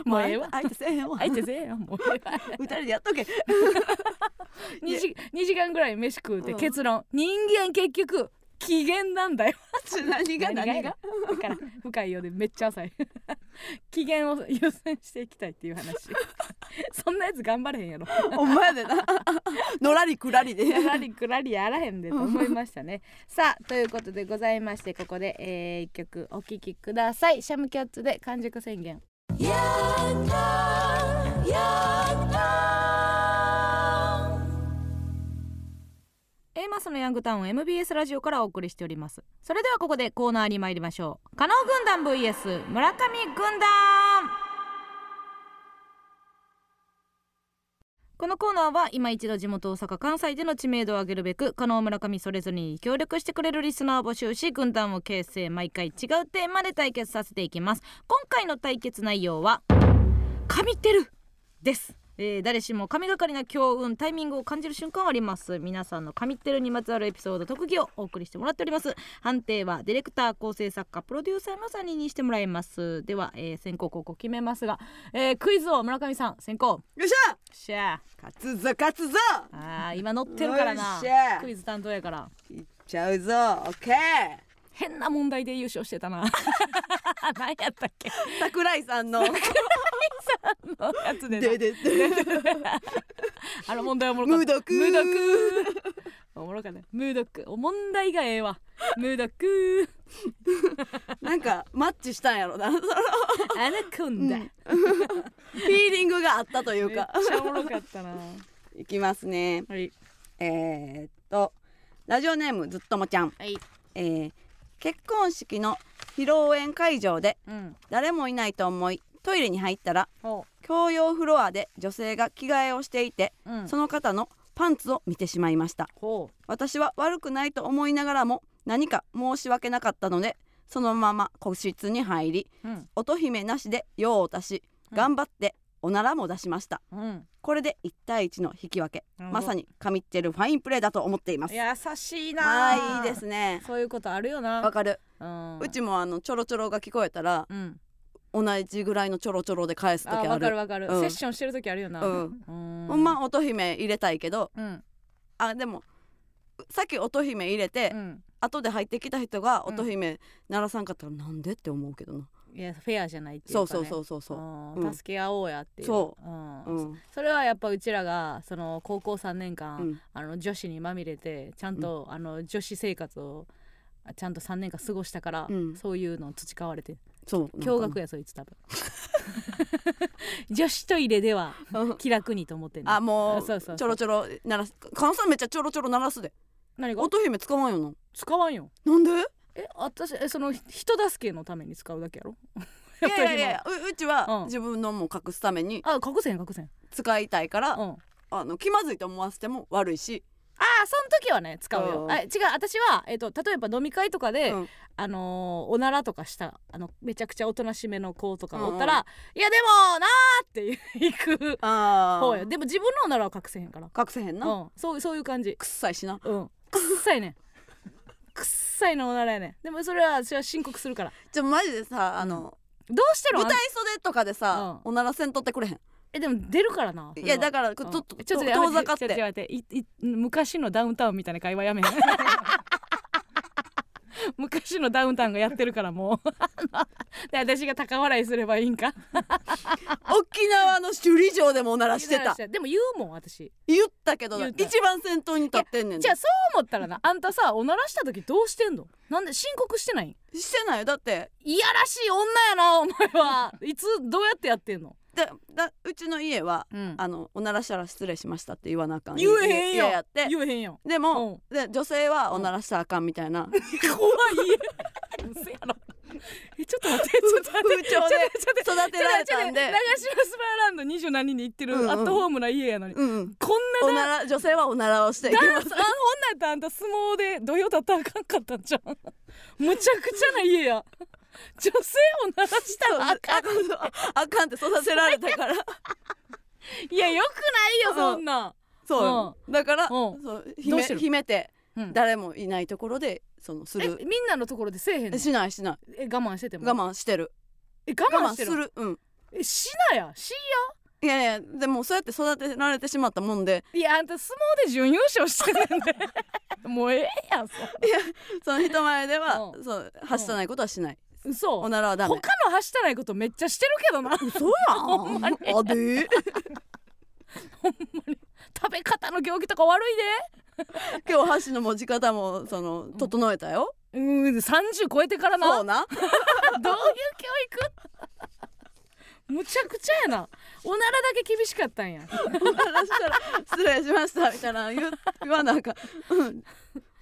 Speaker 2: もうええわ
Speaker 1: 相手せえへんわ
Speaker 2: 相手せえよもうええわ
Speaker 1: 二人でやっとけ
Speaker 2: 2時二時間ぐらい飯食うて
Speaker 1: うん
Speaker 2: 結論、人間結局機嫌なんだよ
Speaker 1: 何が何が
Speaker 2: だから深いようでめっちゃ浅い 機嫌を優先していきたいっていう話 そんなやつ頑張れへんやろ
Speaker 1: お前でなのらりくらりで
Speaker 2: くらりくらりやらへんでと思いましたねさあということでございましてここで、えー、一曲お聴きくださいシャムキャッツで完熟宣言エマスのヤングタウン MBS ラジオからお送りしておりますそれではここでコーナーに参りましょう加納軍団 VS 村上軍団このコーナーは今一度地元大阪関西での知名度を上げるべく加納村上それぞれに協力してくれるリスナーを募集し軍団を形成毎回違うテーマで対決させていきます今回の対決内容は神ってるです、えー誰しも神がかりな強運タイミングを感じる瞬間はあります皆さんの神ってるにまつわるエピソード特技をお送りしてもらっております判定はディレクター構成作家プロデューサーの3人にしてもらいますでは、えー先行後攻決めますが、えークイズ王村上さん先行
Speaker 1: よっしゃ
Speaker 2: シャー
Speaker 1: 勝つぞ勝つぞ
Speaker 2: あー今乗ってるから
Speaker 1: よ
Speaker 2: な
Speaker 1: っしゃ
Speaker 2: クイズ担当やから
Speaker 1: いっちゃうぞオッケー
Speaker 2: 変な問題で優勝してたな 何やったっけ
Speaker 1: 桜井さんの
Speaker 2: のやつで な
Speaker 1: ででで
Speaker 2: あの問題おもろかった
Speaker 1: 無毒
Speaker 2: 無毒おもろかったムードックお問題がええわムードック
Speaker 1: なんかマッチしたんやろな そのフ
Speaker 2: アナコンダ、めっ
Speaker 1: ィーリングがあったというか
Speaker 2: ちゃおもろ かったな
Speaker 1: いきますね
Speaker 2: はい
Speaker 1: えー、っとラジオネームずっともちゃん、
Speaker 2: はい
Speaker 1: えー結婚式の披露宴会場で
Speaker 2: うん
Speaker 1: 誰もいないと思いトイレに入ったら
Speaker 2: ほ
Speaker 1: 共用フロアで女性が着替えをしていて
Speaker 2: ううん
Speaker 1: その方のパンツを見てしまいました
Speaker 2: ほ
Speaker 1: 私は悪くないと思いながらも何か申し訳なかったのでそのまま個室に入り
Speaker 2: ううん
Speaker 1: 乙姫なしで用を足し
Speaker 2: うん
Speaker 1: 頑張っておならも出しました
Speaker 2: うん
Speaker 1: これで1対1の引き分けまさ
Speaker 2: に
Speaker 1: に神ってるファインプレーだと思っています
Speaker 2: 優しいな
Speaker 1: はいいいですね
Speaker 2: そういうことある
Speaker 1: わ
Speaker 2: よな
Speaker 1: かる
Speaker 2: うん
Speaker 1: うちもあのちょろちょろが聞こえたら
Speaker 2: うん
Speaker 1: 同じぐらいのちょろちょろで返す時
Speaker 2: あ
Speaker 1: あ
Speaker 2: わかる
Speaker 1: る
Speaker 2: わかる、
Speaker 1: うん
Speaker 2: セッションしてる時あるよな、
Speaker 1: うん
Speaker 2: うん
Speaker 1: ほんま乙姫入れたいけど
Speaker 2: うん
Speaker 1: あでもさっき乙姫入れて
Speaker 2: うん
Speaker 1: 後で入ってきた人が
Speaker 2: うん
Speaker 1: 乙姫鳴らさんかったらなんでって思うけどな
Speaker 2: いやフェアじゃないっていうか、
Speaker 1: そう
Speaker 2: ね、
Speaker 1: そうそううそうそう、
Speaker 2: ん
Speaker 1: うん
Speaker 2: 助け合おうやっていう
Speaker 1: そ
Speaker 2: うん
Speaker 1: うん
Speaker 2: それはやっぱうちらがその高校3年間、
Speaker 1: うん
Speaker 2: あの女子にまみれてちゃんと、あの女子生活をちゃんと3年間過ごしたから、
Speaker 1: うん
Speaker 2: そういうのを培われて
Speaker 1: そう
Speaker 2: 驚 愕やそいつ多分 女子トイレでは
Speaker 1: なんか
Speaker 2: 気楽にと思ってんの
Speaker 1: あも
Speaker 2: あ
Speaker 1: う
Speaker 2: そうそうそう
Speaker 1: ちょろちょろ鳴らす関西めっちゃちょろちょろ鳴らすで
Speaker 2: 何が
Speaker 1: 乙姫使わんよな
Speaker 2: 使わんよ
Speaker 1: なん で
Speaker 2: え私えその人助けのために使うだけやろ
Speaker 1: いやいやいやううち
Speaker 2: うん
Speaker 1: は自分のも隠すために
Speaker 2: あ隠せん隠せんうん
Speaker 1: 使いたいから、
Speaker 2: あ
Speaker 1: あの気まずいと思わせても悪いし、
Speaker 2: あその時はね使うよ
Speaker 1: うん
Speaker 2: あ違う私は、えっと例えば飲み会とかで、
Speaker 1: うん
Speaker 2: あのーおならとかしたあのめちゃくちゃおとなしめの子とかおった
Speaker 1: う
Speaker 2: ら
Speaker 1: ん
Speaker 2: 「いやでもなー」って言う 行く
Speaker 1: あ
Speaker 2: 方よでも自分のおならは隠せへんから、
Speaker 1: 隠せへんな、
Speaker 2: うん、そうそういう感じ
Speaker 1: くっさいしな
Speaker 2: うんくっさいねんくっさいのおならやねんでもそれは私は申告するから
Speaker 1: じゃマジでさあの、
Speaker 2: どうしてる
Speaker 1: 舞台袖とかでさ、
Speaker 2: う
Speaker 1: おならせんとってくれへん
Speaker 2: えでも出るからない
Speaker 1: やだ
Speaker 2: か
Speaker 1: からちょっとと
Speaker 2: ちょっとやめ
Speaker 1: 遠ざかっ
Speaker 2: ちょとや
Speaker 1: て
Speaker 2: めていい昔のダウンタウンみたいな会 話やめな昔のダウンタウンがやってるからもう で私が高笑いすればいいんか
Speaker 1: 沖縄の首里城でもおならしてた
Speaker 2: でも言うもん私
Speaker 1: 言ったけどな
Speaker 2: 言った
Speaker 1: 一番先頭に立ってんねん
Speaker 2: じゃあそう思ったらなあんたさおならした時どうしてんのなんで申告してないん
Speaker 1: してないよだって
Speaker 2: いやらしい女やなお前 はいつどうやってやってんの、
Speaker 1: だだうちの家は
Speaker 2: うん、
Speaker 1: あのおならしたら失礼しましたって言わなあかん
Speaker 2: 言えへん
Speaker 1: 家
Speaker 2: よ
Speaker 1: 家やって
Speaker 2: 言えへんよ
Speaker 1: で
Speaker 2: う
Speaker 1: も、
Speaker 2: ん
Speaker 1: で女性はおならしたらあかんみたいな、
Speaker 2: 怖い家嘘やろえちょっと待 ってちょっと待
Speaker 1: 風潮
Speaker 2: って
Speaker 1: で
Speaker 2: ちょっと待ってちょっと待っ
Speaker 1: 育
Speaker 2: て
Speaker 1: てられたんで
Speaker 2: 長島スパーランド二十何人で行ってる
Speaker 1: うんうん
Speaker 2: アットホームな家やのに、
Speaker 1: うんうん、
Speaker 2: こん
Speaker 1: お
Speaker 2: なだ
Speaker 1: なら女性はおならをしていきま
Speaker 2: あ
Speaker 1: す
Speaker 2: ほんなんやったらあんた相撲で土曜だったらあかんかったんじゃんむちゃくちゃな家や女性を鳴らしたらあかん
Speaker 1: ああかんって育てられたから
Speaker 2: いやよくな
Speaker 1: う
Speaker 2: いよ
Speaker 1: ん
Speaker 2: そんな、
Speaker 1: そうよ、だから、
Speaker 2: うん
Speaker 1: そう
Speaker 2: どう
Speaker 1: 姫
Speaker 2: してる
Speaker 1: 姫て
Speaker 2: うん
Speaker 1: 誰もいないところでそのす
Speaker 2: え
Speaker 1: る
Speaker 2: みんなのところでせえへんの
Speaker 1: しないしない
Speaker 2: え我慢してても
Speaker 1: 我慢してる
Speaker 2: え我
Speaker 1: 我
Speaker 2: 慢
Speaker 1: 慢
Speaker 2: して
Speaker 1: す
Speaker 2: る
Speaker 1: るうん
Speaker 2: えしなやし
Speaker 1: いやいやでもそうやって育てられてしまったもんで
Speaker 2: いやあんた相撲で準優勝してるん でもうええやんそんな
Speaker 1: その人前では、
Speaker 2: う
Speaker 1: そうはしたないことはしない、
Speaker 2: 嘘
Speaker 1: おならはダメ
Speaker 2: 他のはしたないことめっちゃしてるけどな 食
Speaker 1: そうやん
Speaker 2: ほんまに
Speaker 1: あでー
Speaker 2: べ方の行儀とか悪い
Speaker 1: 今日箸の持ち方もその整えたよ、
Speaker 2: でうん30超えてからな
Speaker 1: そうな
Speaker 2: どういう教育 むちゃくちゃやなおならだけ厳しかったんや
Speaker 1: おならしたら失礼しましたみたいなの言う言わなあかん、うん、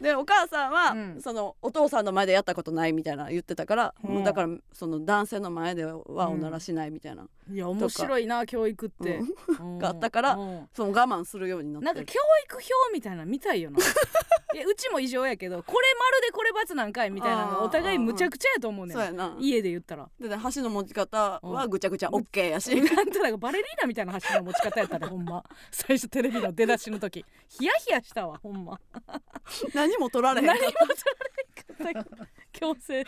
Speaker 1: でお母さんは、
Speaker 2: うん
Speaker 1: そのお父さんの前でやったことないみたいなの言ってたから、
Speaker 2: うん
Speaker 1: もうだからその男性の前ではおならしないみたいな、
Speaker 2: いや面白いな教育って、うん
Speaker 1: があったから
Speaker 2: うん
Speaker 1: その我慢するようになって
Speaker 2: な
Speaker 1: る
Speaker 2: んか教育表みたいなの見た いよないやうちも異常やけどこれ丸でこれ×なんかいみたいなのがお互いむちゃくちゃやと思うねん
Speaker 1: そうやな
Speaker 2: 家で言ったら
Speaker 1: でで箸の持ち方はぐちゃぐちゃオッケーやし、
Speaker 2: なんとなくバレリーナみたいな箸の持ち方やったでほんま最初テレビの出だしの時ヒヤヒヤしたわほんま
Speaker 1: 何も取られへんかった
Speaker 2: 強制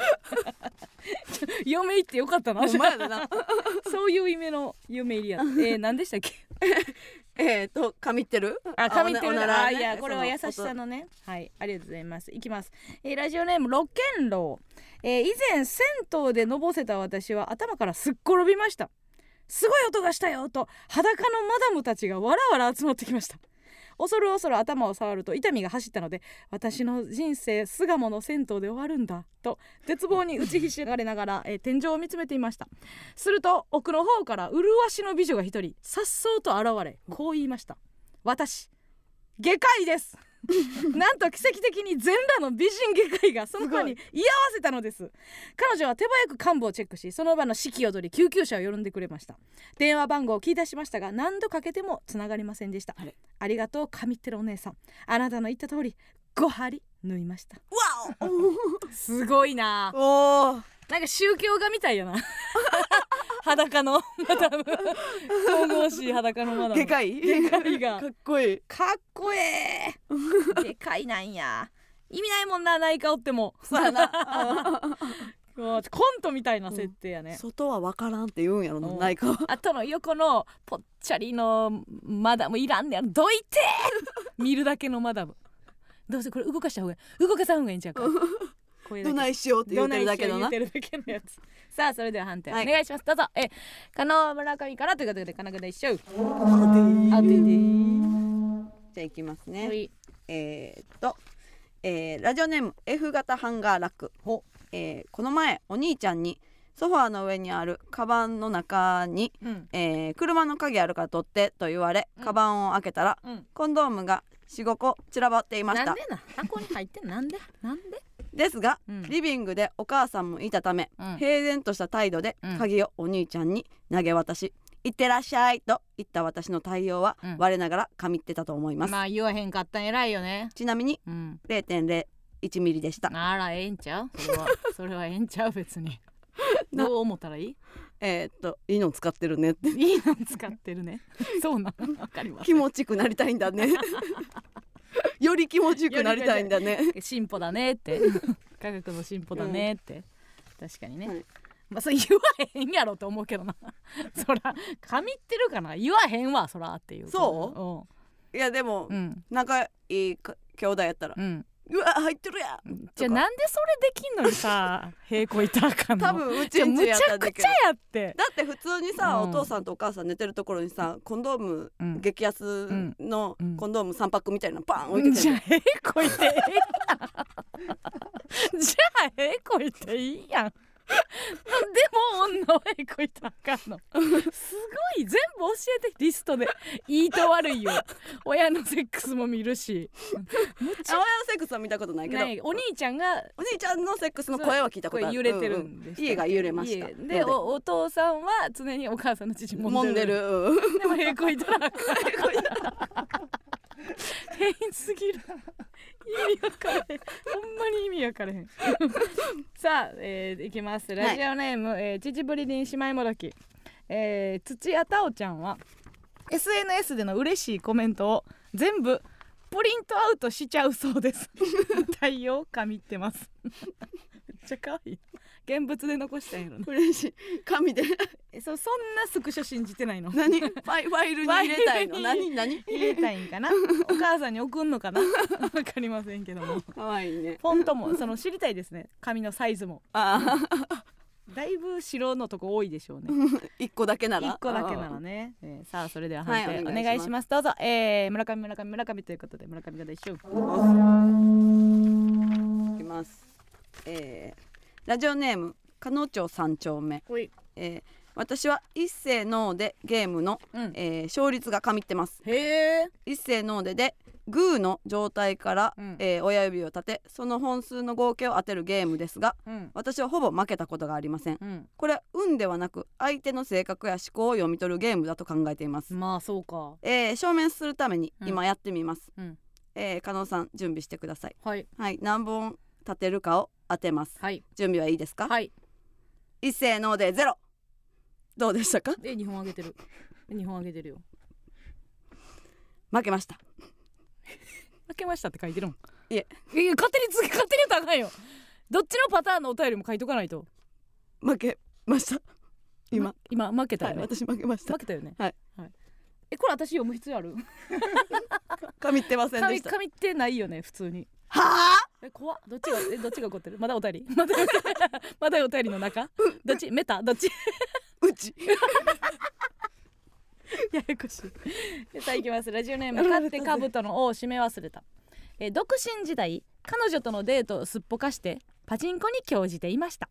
Speaker 2: 嫁行ってよかったな
Speaker 1: ほんまやでな
Speaker 2: そういう夢の夢入りやったえー、何でしたっけ
Speaker 1: えっと噛みってる
Speaker 2: あ、
Speaker 1: 噛
Speaker 2: 髪
Speaker 1: み
Speaker 2: ってるなあいやこれは優しさのねはいありがとうございますいきます、えーラジオネームロケンロウ、えー以前銭湯でのぼせた私は頭からすっ転びましたすごい音がしたよと裸のマダムたちがわらわら集まってきました恐る恐る頭を触ると痛みが走ったので私の人生巣鴨の銭湯で終わるんだと絶望に打ちひしがれながら、えー天井を見つめていましたすると奥の方から麗しの美女が一人颯爽と現れこう言いました私外科医です なんと奇跡的に全裸の美人外科医がその子に居合わせたのです彼女は手早く患部をチェックしその場の指揮を取り救急車を呼んでくれました電話番号を聞い出しましたが何度かけてもつながりませんでした
Speaker 1: あれ
Speaker 2: ありがとう神ってるお姉さんあなたの言った通り5針縫いました
Speaker 1: わ
Speaker 2: すごいな
Speaker 1: おおー
Speaker 2: なんか宗教画みたいやな 裸のマダム神々しい裸のマダム
Speaker 1: でかい
Speaker 2: 外科医が
Speaker 1: かっこいい
Speaker 2: かっこええでかいなんや意味ないもんな内科おっても
Speaker 1: そうやな
Speaker 2: うわコントみたいな設定やね、
Speaker 1: 外は分からんって言うんやろな
Speaker 2: うん
Speaker 1: ないか
Speaker 2: あとの横のぽっちゃりのマダムいらんねやろどいて 見るだけのマダムどうせこれ動かした方が動かさん方がいいんちゃうか声だ
Speaker 1: ど
Speaker 2: け
Speaker 1: ないしようって言ってるだけだな
Speaker 2: どい人言ってるだけのやつ さあそれでは判定お
Speaker 1: はい
Speaker 2: 願いします、どうぞえ加納村上からということで加納君一緒
Speaker 1: あ
Speaker 2: あ
Speaker 1: で
Speaker 2: で
Speaker 1: で
Speaker 2: で
Speaker 1: じゃあいきますね、
Speaker 2: はい
Speaker 1: えーっと、えーラジオネーム F 型ハンガーラック、えーこの前お兄ちゃんにソファーの上にあるカバンの中に、
Speaker 5: うん
Speaker 1: えー車の鍵あるから取ってと言われカバンを開けたら、
Speaker 5: うん
Speaker 1: コンドームが45個散らばっていまし
Speaker 2: な
Speaker 1: た
Speaker 2: んでな箱に入ってんなんでなんで
Speaker 1: ですが、
Speaker 2: うん
Speaker 1: リビングでお母さんもいたため、
Speaker 2: うん
Speaker 1: 平然とした態度で
Speaker 2: うん
Speaker 1: 鍵をお兄ちゃんに投げ渡し「いってらっしゃい」と言った私の対応は、
Speaker 2: うん
Speaker 1: 我ながら神ってたと思います、
Speaker 2: まあ言わへんかったん偉いよね
Speaker 1: ちなみに
Speaker 2: うん
Speaker 1: 0.01ミリでした
Speaker 2: ならええんちゃうそ れはそれはええんちゃう別に
Speaker 1: な
Speaker 2: どう思ったらいい
Speaker 1: えーっといいの使ってるねって
Speaker 2: いいの使って るねそうなのわかります
Speaker 1: 気持ちよくなりたいんだ ねより気持ちよくなりたいんだね
Speaker 2: 進歩だねって科学の進歩だねって、確かにね、
Speaker 1: はい
Speaker 2: まあそれ言わへんやろと思うけどな そら神ってるかな言わへんわそらっていう
Speaker 1: そいやでも、
Speaker 2: うんうん
Speaker 1: 仲いいか兄弟やったら「
Speaker 2: うん
Speaker 1: うわ入ってるやん
Speaker 2: じゃあなんでそれできんの にさ平行いたらあかんの
Speaker 1: 多分う
Speaker 2: じ
Speaker 1: ち
Speaker 2: ゃあ
Speaker 1: ん
Speaker 2: む
Speaker 1: ち
Speaker 2: ち
Speaker 1: やった
Speaker 2: ゃ
Speaker 1: んだ
Speaker 2: く
Speaker 1: け
Speaker 2: ちゃ
Speaker 1: ど
Speaker 2: やって
Speaker 1: だって普通にさ、
Speaker 2: うん
Speaker 1: お父さんとお母さん寝てるところにさコンドーム、
Speaker 2: うん
Speaker 1: 激安の
Speaker 2: うん
Speaker 1: コンドーム3パックみたいなのパン置いてて、
Speaker 2: じゃあ平行いてええやんじゃあ平行いていいやんでも女は平行いたらあかんのすごい全部教えてリストでいいと悪いよ親のセックスも見るし
Speaker 1: あ親のセックスは見たことないけど、
Speaker 2: ねお兄ちゃんが
Speaker 1: お兄ちゃんのセックスの声は聞いたことある
Speaker 2: 声揺れてる
Speaker 1: うんうん
Speaker 2: んです、
Speaker 1: 家が揺れました
Speaker 2: 家でおお父さんは常にお母さんの父も
Speaker 1: 揉んでるうん
Speaker 2: でも平行いたらあかん変すぎる意味わからへんほんまに意味わからへんさあ、えー、いきますラジオネーム、えー、秩父リリン姉妹もどき、えー、土屋太鳳ちゃんは SNS での嬉しいコメントを全部プリントアウトしちゃうそうです 対応かみってます めっちゃ可愛い現物で残したんやろな
Speaker 1: 嬉 しい紙で
Speaker 2: えそそんなスクショ信じてないの
Speaker 1: 何ファイファイルに入れたいの
Speaker 2: ファイ
Speaker 1: 何
Speaker 2: ル
Speaker 1: 何
Speaker 2: 入れたいんか なお母さんに送んのかな わかりませんけども
Speaker 1: 可愛いね
Speaker 2: フォントもその知りたいですね紙のサイズも
Speaker 1: ああ
Speaker 2: だいぶ白のとこ多いでしょうね
Speaker 1: 一個だけなら
Speaker 2: 一個だけならね、えーさあそれでは
Speaker 1: はい
Speaker 2: 判定、
Speaker 1: お願いしま
Speaker 2: お
Speaker 1: す
Speaker 2: 願いしますどうぞ、えー、村上村上村上ということで村上が一緒
Speaker 1: いきます、えーラジオネーム加納町三丁目、
Speaker 2: はい
Speaker 1: えー私は一世のでゲームの、
Speaker 2: うん
Speaker 1: えー勝率が神ってます
Speaker 2: へえ
Speaker 1: 一世のででグーの状態から、
Speaker 2: うん
Speaker 1: えー親指を立てその本数の合計を当てるゲームですが
Speaker 2: うん
Speaker 1: 私はほぼ負けたことがありません
Speaker 2: うん
Speaker 1: これは運ではなく相手の性格や思考を読み取るゲームだと考えています、
Speaker 2: まあそうか
Speaker 1: えー、証明するために
Speaker 2: うん
Speaker 1: 今やってみます、
Speaker 2: うん
Speaker 1: えー、加納さん準備してください
Speaker 2: はい
Speaker 1: はい何本立てるかを当てます
Speaker 2: はい
Speaker 1: 準備はいいですか、
Speaker 2: はい
Speaker 1: 一斉のでゼロどうでしたか
Speaker 2: で日本あげてる日本あげてるよ
Speaker 1: 負けました
Speaker 2: 負けましたって書いてるもん
Speaker 1: いえ
Speaker 2: いや勝手につけ勝手に言ったらあかんよどっちのパターンのお便りも書いとかないと
Speaker 1: 負けました今、
Speaker 2: 今負けた
Speaker 1: は
Speaker 2: よ
Speaker 1: い
Speaker 2: ね、
Speaker 1: 私負けました
Speaker 2: 負けたよね
Speaker 1: はい、
Speaker 2: えこれ私読む必要ある
Speaker 1: 噛みってませんで
Speaker 2: 紙
Speaker 1: した
Speaker 2: 紙ってないよね普通に
Speaker 1: はあ
Speaker 2: え怖っどっちがえどっちが怒ってるまだお便り まだまだお便りの中どっちメタどっち
Speaker 1: うち
Speaker 2: ややこしいさあ行きますラジオネーム勝って兜の王を締め忘れたえー独身時代彼女とのデートをすっぽかしてパチンコに興じていました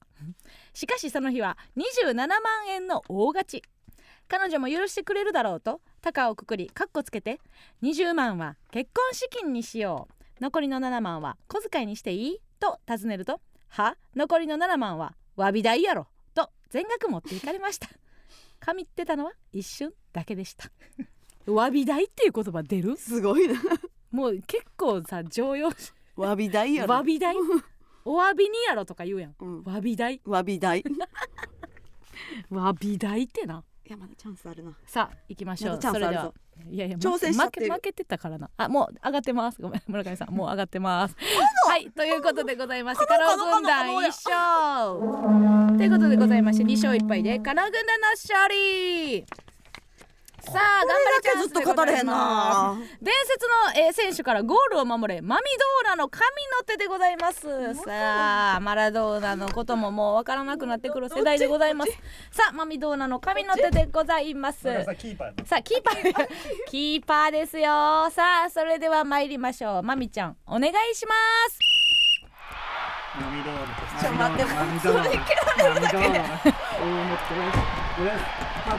Speaker 2: しかしその日は27万円の大勝ち彼女も許してくれるだろうと高をくくりカッコつけて20万は結婚資金にしよう残りの7万は小遣いにしていいと尋ねるとは残りの7万は詫び代やろと全額持っていかれま した神ってたのは一瞬だけでした 詫び代っていう言葉出る
Speaker 1: すごいな
Speaker 2: もう結構さ常用
Speaker 1: 詫び代 やろ
Speaker 2: 詫び代お詫びにやろとか言うやん
Speaker 1: うん
Speaker 2: 詫び代
Speaker 1: 詫び 代い
Speaker 2: 詫び代ってな
Speaker 1: やまだチャンスあるな
Speaker 2: さあ行きましょ
Speaker 1: ま
Speaker 2: う
Speaker 1: だチャンス
Speaker 2: それで
Speaker 1: ある
Speaker 2: は
Speaker 1: ぞ
Speaker 2: いやいや
Speaker 1: 挑戦しちゃ
Speaker 2: 負
Speaker 1: ってる
Speaker 2: け負けてたからなあもう上がってますごめん村上さんもう上がってますはいということでございましてカ
Speaker 1: この
Speaker 2: ラオ軍団
Speaker 1: この
Speaker 2: 一勝ということでございまして二勝一敗でカラオ軍団の勝利さあ頑張れチャンス
Speaker 1: ずっと語れへんな
Speaker 2: 伝説の、えー選手からゴールを守れマミドーナの神の手でございますさあマラドーナのことももうわからなくなってくる世代でございますさあマミドーナの神の手でございます
Speaker 6: 村上さんキーパーやな
Speaker 2: さあキーパーキーパーですよさあそれでは参りましょうマミちゃんお願いします
Speaker 6: 涙を
Speaker 1: ちょ待って
Speaker 6: 涙を涙を涙をあと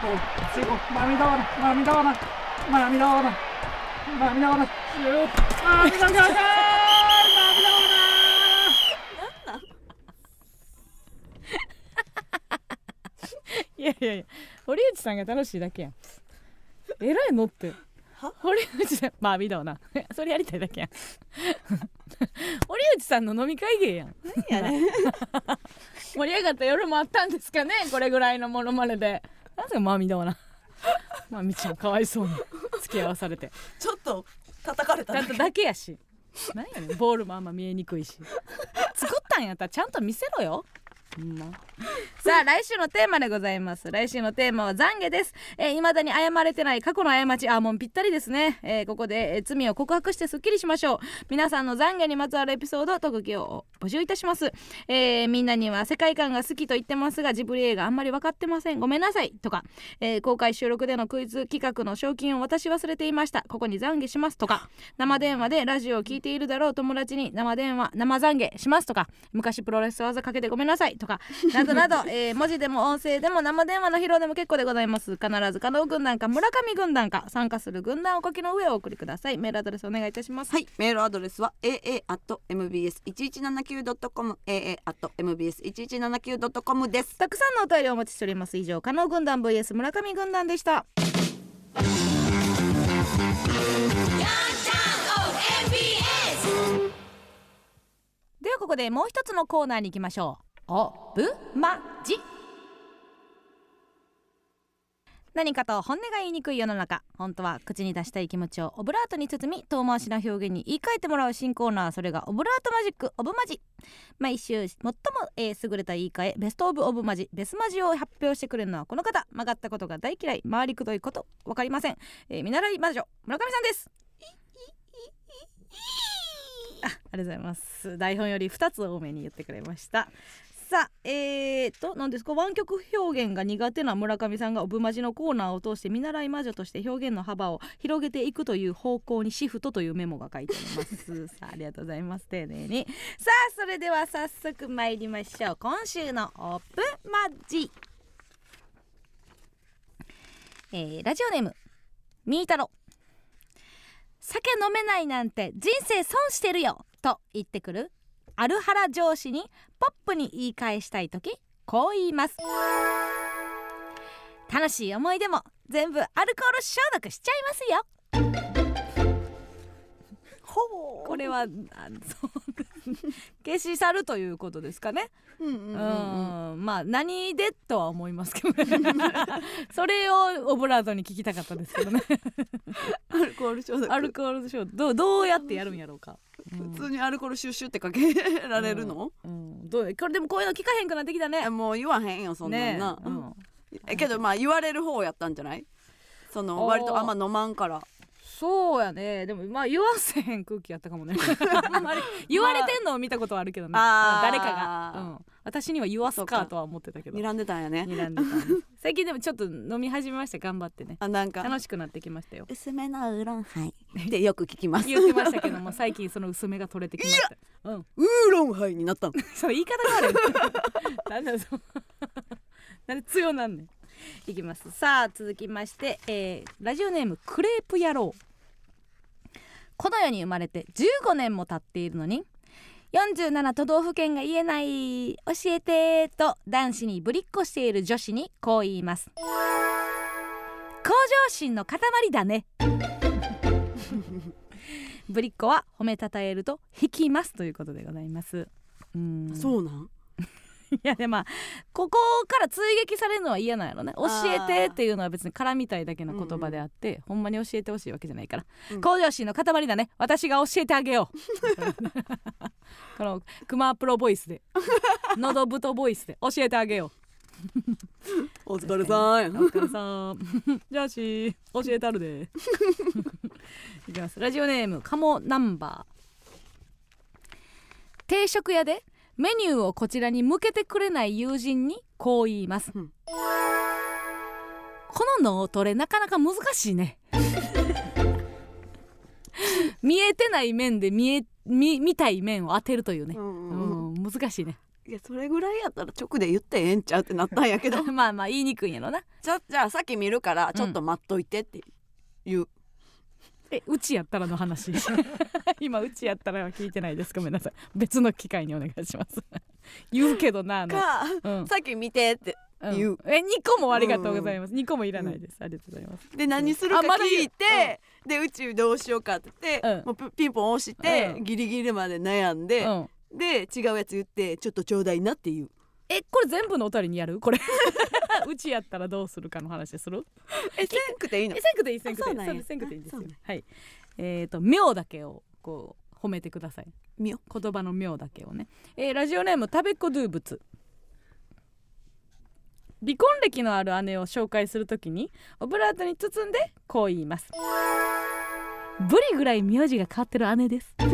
Speaker 6: 最後涙を涙を涙を涙を涙を涙を
Speaker 7: いやいやいや堀内さんが楽しいだけやんえらいのって堀内さんまあ見だわな それやりたいだけやん 堀内さんの飲み会芸やん
Speaker 1: やね
Speaker 7: 盛り上がった夜もあったんですかねこれぐらいのモノマネでなんすかまあ見だわなまあみちゃんかわいそうに付き合わされて
Speaker 1: ちょっと叩かれた
Speaker 7: ちゃんとだけやし何やねんボールもあんま見えにくいし作ったんやったらちゃんと見せろよほんま
Speaker 2: さあ来週のテーマでございます来週のテーマは懺悔ですえー、未だに謝れてない過去の過ちあーもうぴったりですね、えーここで、えー罪を告白してすっきりしましょう皆さんの懺悔にまつわるエピソード特技を募集いたします、えーみんなには世界観が好きと言ってますがジブリ映画あんまり分かってませんごめんなさいとか、えー公開収録でのクイズ企画の賞金を渡し忘れていましたここに懺悔しますとか生電話でラジオを聞いているだろう友達に生電話生懺悔しますとか昔プロレス技かけてごめんなさいとかな どなど、えー文字でも音声でも生電話の披露でも結構でございます必ず加納軍団か村上軍団か参加する軍団をお書きの上お送りくださいメールアドレスお願いいたします
Speaker 1: はい、メールアドレスは aa.mbs1179.com aa.mbs1179.com です。
Speaker 2: たくさんのお便りをお待ちしております以上加納軍団 vs 村上軍団でしたではここでもう一つのコーナーに行きましょうおぶまじ何かと本音が言いにくい世の中本当は口に出したい気持ちをオブラートに包み遠回しな表現に言い換えてもらう新コーナーそれがオブラートマジックオブマジ毎週最も、えー優れた言い換えベスト・オブ・オブ・マジベスマジを発表してくれるのはこの方曲がったことが大嫌い回りくどいこと分かりません、えー見習い魔女村上さんですあありがとうございます台本より2つ多めに言ってくれましたさあえー、と何ですか湾曲表現が苦手な村上さんがオブマジのコーナーを通して見習い魔女として表現の幅を広げていくという方向にシフトというメモが書いてあります さあありがとうございます丁寧にさあそれでは早速参りましょう今週のオープンマッチ、えーラジオネームみーたろ酒飲めないなんて人生損してるよと言ってくるアルハラ上司にポップに言い返したい時こう言います楽しい思い出も全部アルコール消毒しちゃいますよ
Speaker 1: ほ
Speaker 2: これはあそう消し去るということですかね
Speaker 1: う。うんうん
Speaker 2: う
Speaker 1: うんんうん。
Speaker 2: まあ何でとは思いますけどね それをオブラートに聞きたかったですけどね
Speaker 1: アルコール消毒。
Speaker 2: アルコールショーどうどうやってやるんやろうか、うん
Speaker 1: 普通にアルコールシュッシュってかけられるの？
Speaker 2: うん、どうこれでもこういうの聞かへんくなってきたね
Speaker 1: えもう言わへんよそんなんな
Speaker 2: ね。えうん
Speaker 1: えけどまあ言われる方やったんじゃない？その
Speaker 2: おー
Speaker 1: 割とあんま飲まんから。
Speaker 2: そうやねでもまあ言わせへん空気やったか もねあんまり言われてんのを見たことはあるけどね、
Speaker 1: あー
Speaker 2: 誰かが、うん、私には言わす
Speaker 1: そう
Speaker 2: か
Speaker 1: か
Speaker 2: とは思ってたけど
Speaker 1: 睨んでたんやね。
Speaker 2: 睨んで たね最近でもちょっと飲み始めました頑張ってね
Speaker 1: あなんか
Speaker 2: 楽しくなってきましたよ
Speaker 1: 薄めのウーロンハイ でよく聞きます。
Speaker 2: 言ってましたけども最近その薄めが取れてきました うん
Speaker 1: ウーロンハイになったの。
Speaker 2: そう言い方が悪い なんだそうなんで強なんねんいきますさあ続きまして、えーラジオネームクレープ野郎この世に生まれて15年も経っているのに47都道府県が言えない教えてと男子にぶりっこしている女子にこう言います向上心の塊だね ぶりっ子は褒めたたえると引きますということでございますうん
Speaker 1: そうなん？
Speaker 2: いやでまあここから追撃されるのは嫌なんやろね教
Speaker 1: あー
Speaker 2: えてっていうのは別に絡みたいだけの言葉であって、ほんまに教えてほしいわけじゃないから、
Speaker 1: うん
Speaker 2: 向上心の塊だね私が教えてあげよう このクマプロボイスで喉太ボイスで教えてあげよう
Speaker 1: お疲れさん
Speaker 2: お疲れさん じゃあし教えたるで いきますラジオネームカモナンバー定食屋でメニューをこちらに向けてくれない友人にこう言います、
Speaker 1: うん
Speaker 2: この脳トレなかなか難しいね 見えてない面で見え見見たい面を当てるというね
Speaker 1: う、んうんうん
Speaker 2: うん、難しいね
Speaker 1: いやそれぐらいやったら直で言ってええんちゃうってなったんやけど
Speaker 2: まあまあ言いにくいんやろな
Speaker 1: じゃじゃあさっき見るからちょっと待っといてって言う、
Speaker 2: えうちやったらの話 今うちやったらは聞いてないですごめんなさい別の機会にお願いします 言うけどなあの、
Speaker 1: か、
Speaker 2: うん
Speaker 1: さっき見てって
Speaker 2: うん
Speaker 1: 言う
Speaker 2: え二個もありがとうございます、二個もいらないです、ありがとうございます
Speaker 1: で何するか
Speaker 2: あまだ言う
Speaker 1: 聞いて、で宇宙どうしようかって言って、
Speaker 2: うん
Speaker 1: もうピピンポン押して、
Speaker 2: うん
Speaker 1: ギリギリまで悩んで、
Speaker 2: うん
Speaker 1: で違うやつ言ってちょっとちょうだいなっていう
Speaker 2: えこれ全部のおたりにやるこれ うちやったらどうするかの話する
Speaker 1: えせんくていい
Speaker 2: え
Speaker 1: の
Speaker 2: せんくでいいせんく
Speaker 1: あそ
Speaker 2: でいうい
Speaker 1: なん
Speaker 2: そ
Speaker 1: や
Speaker 2: うせんくでいいんですよ
Speaker 1: あそうなん
Speaker 2: はいえっ、ー、と妙だけをこう褒めてください
Speaker 1: みよ
Speaker 2: 言葉の妙だけをね、えーラジオネーム食べっ子ドゥーブツ離婚歴のある姉を紹介するときにオブラートに包んでこう言いますブリぐらい名字が変わってる姉です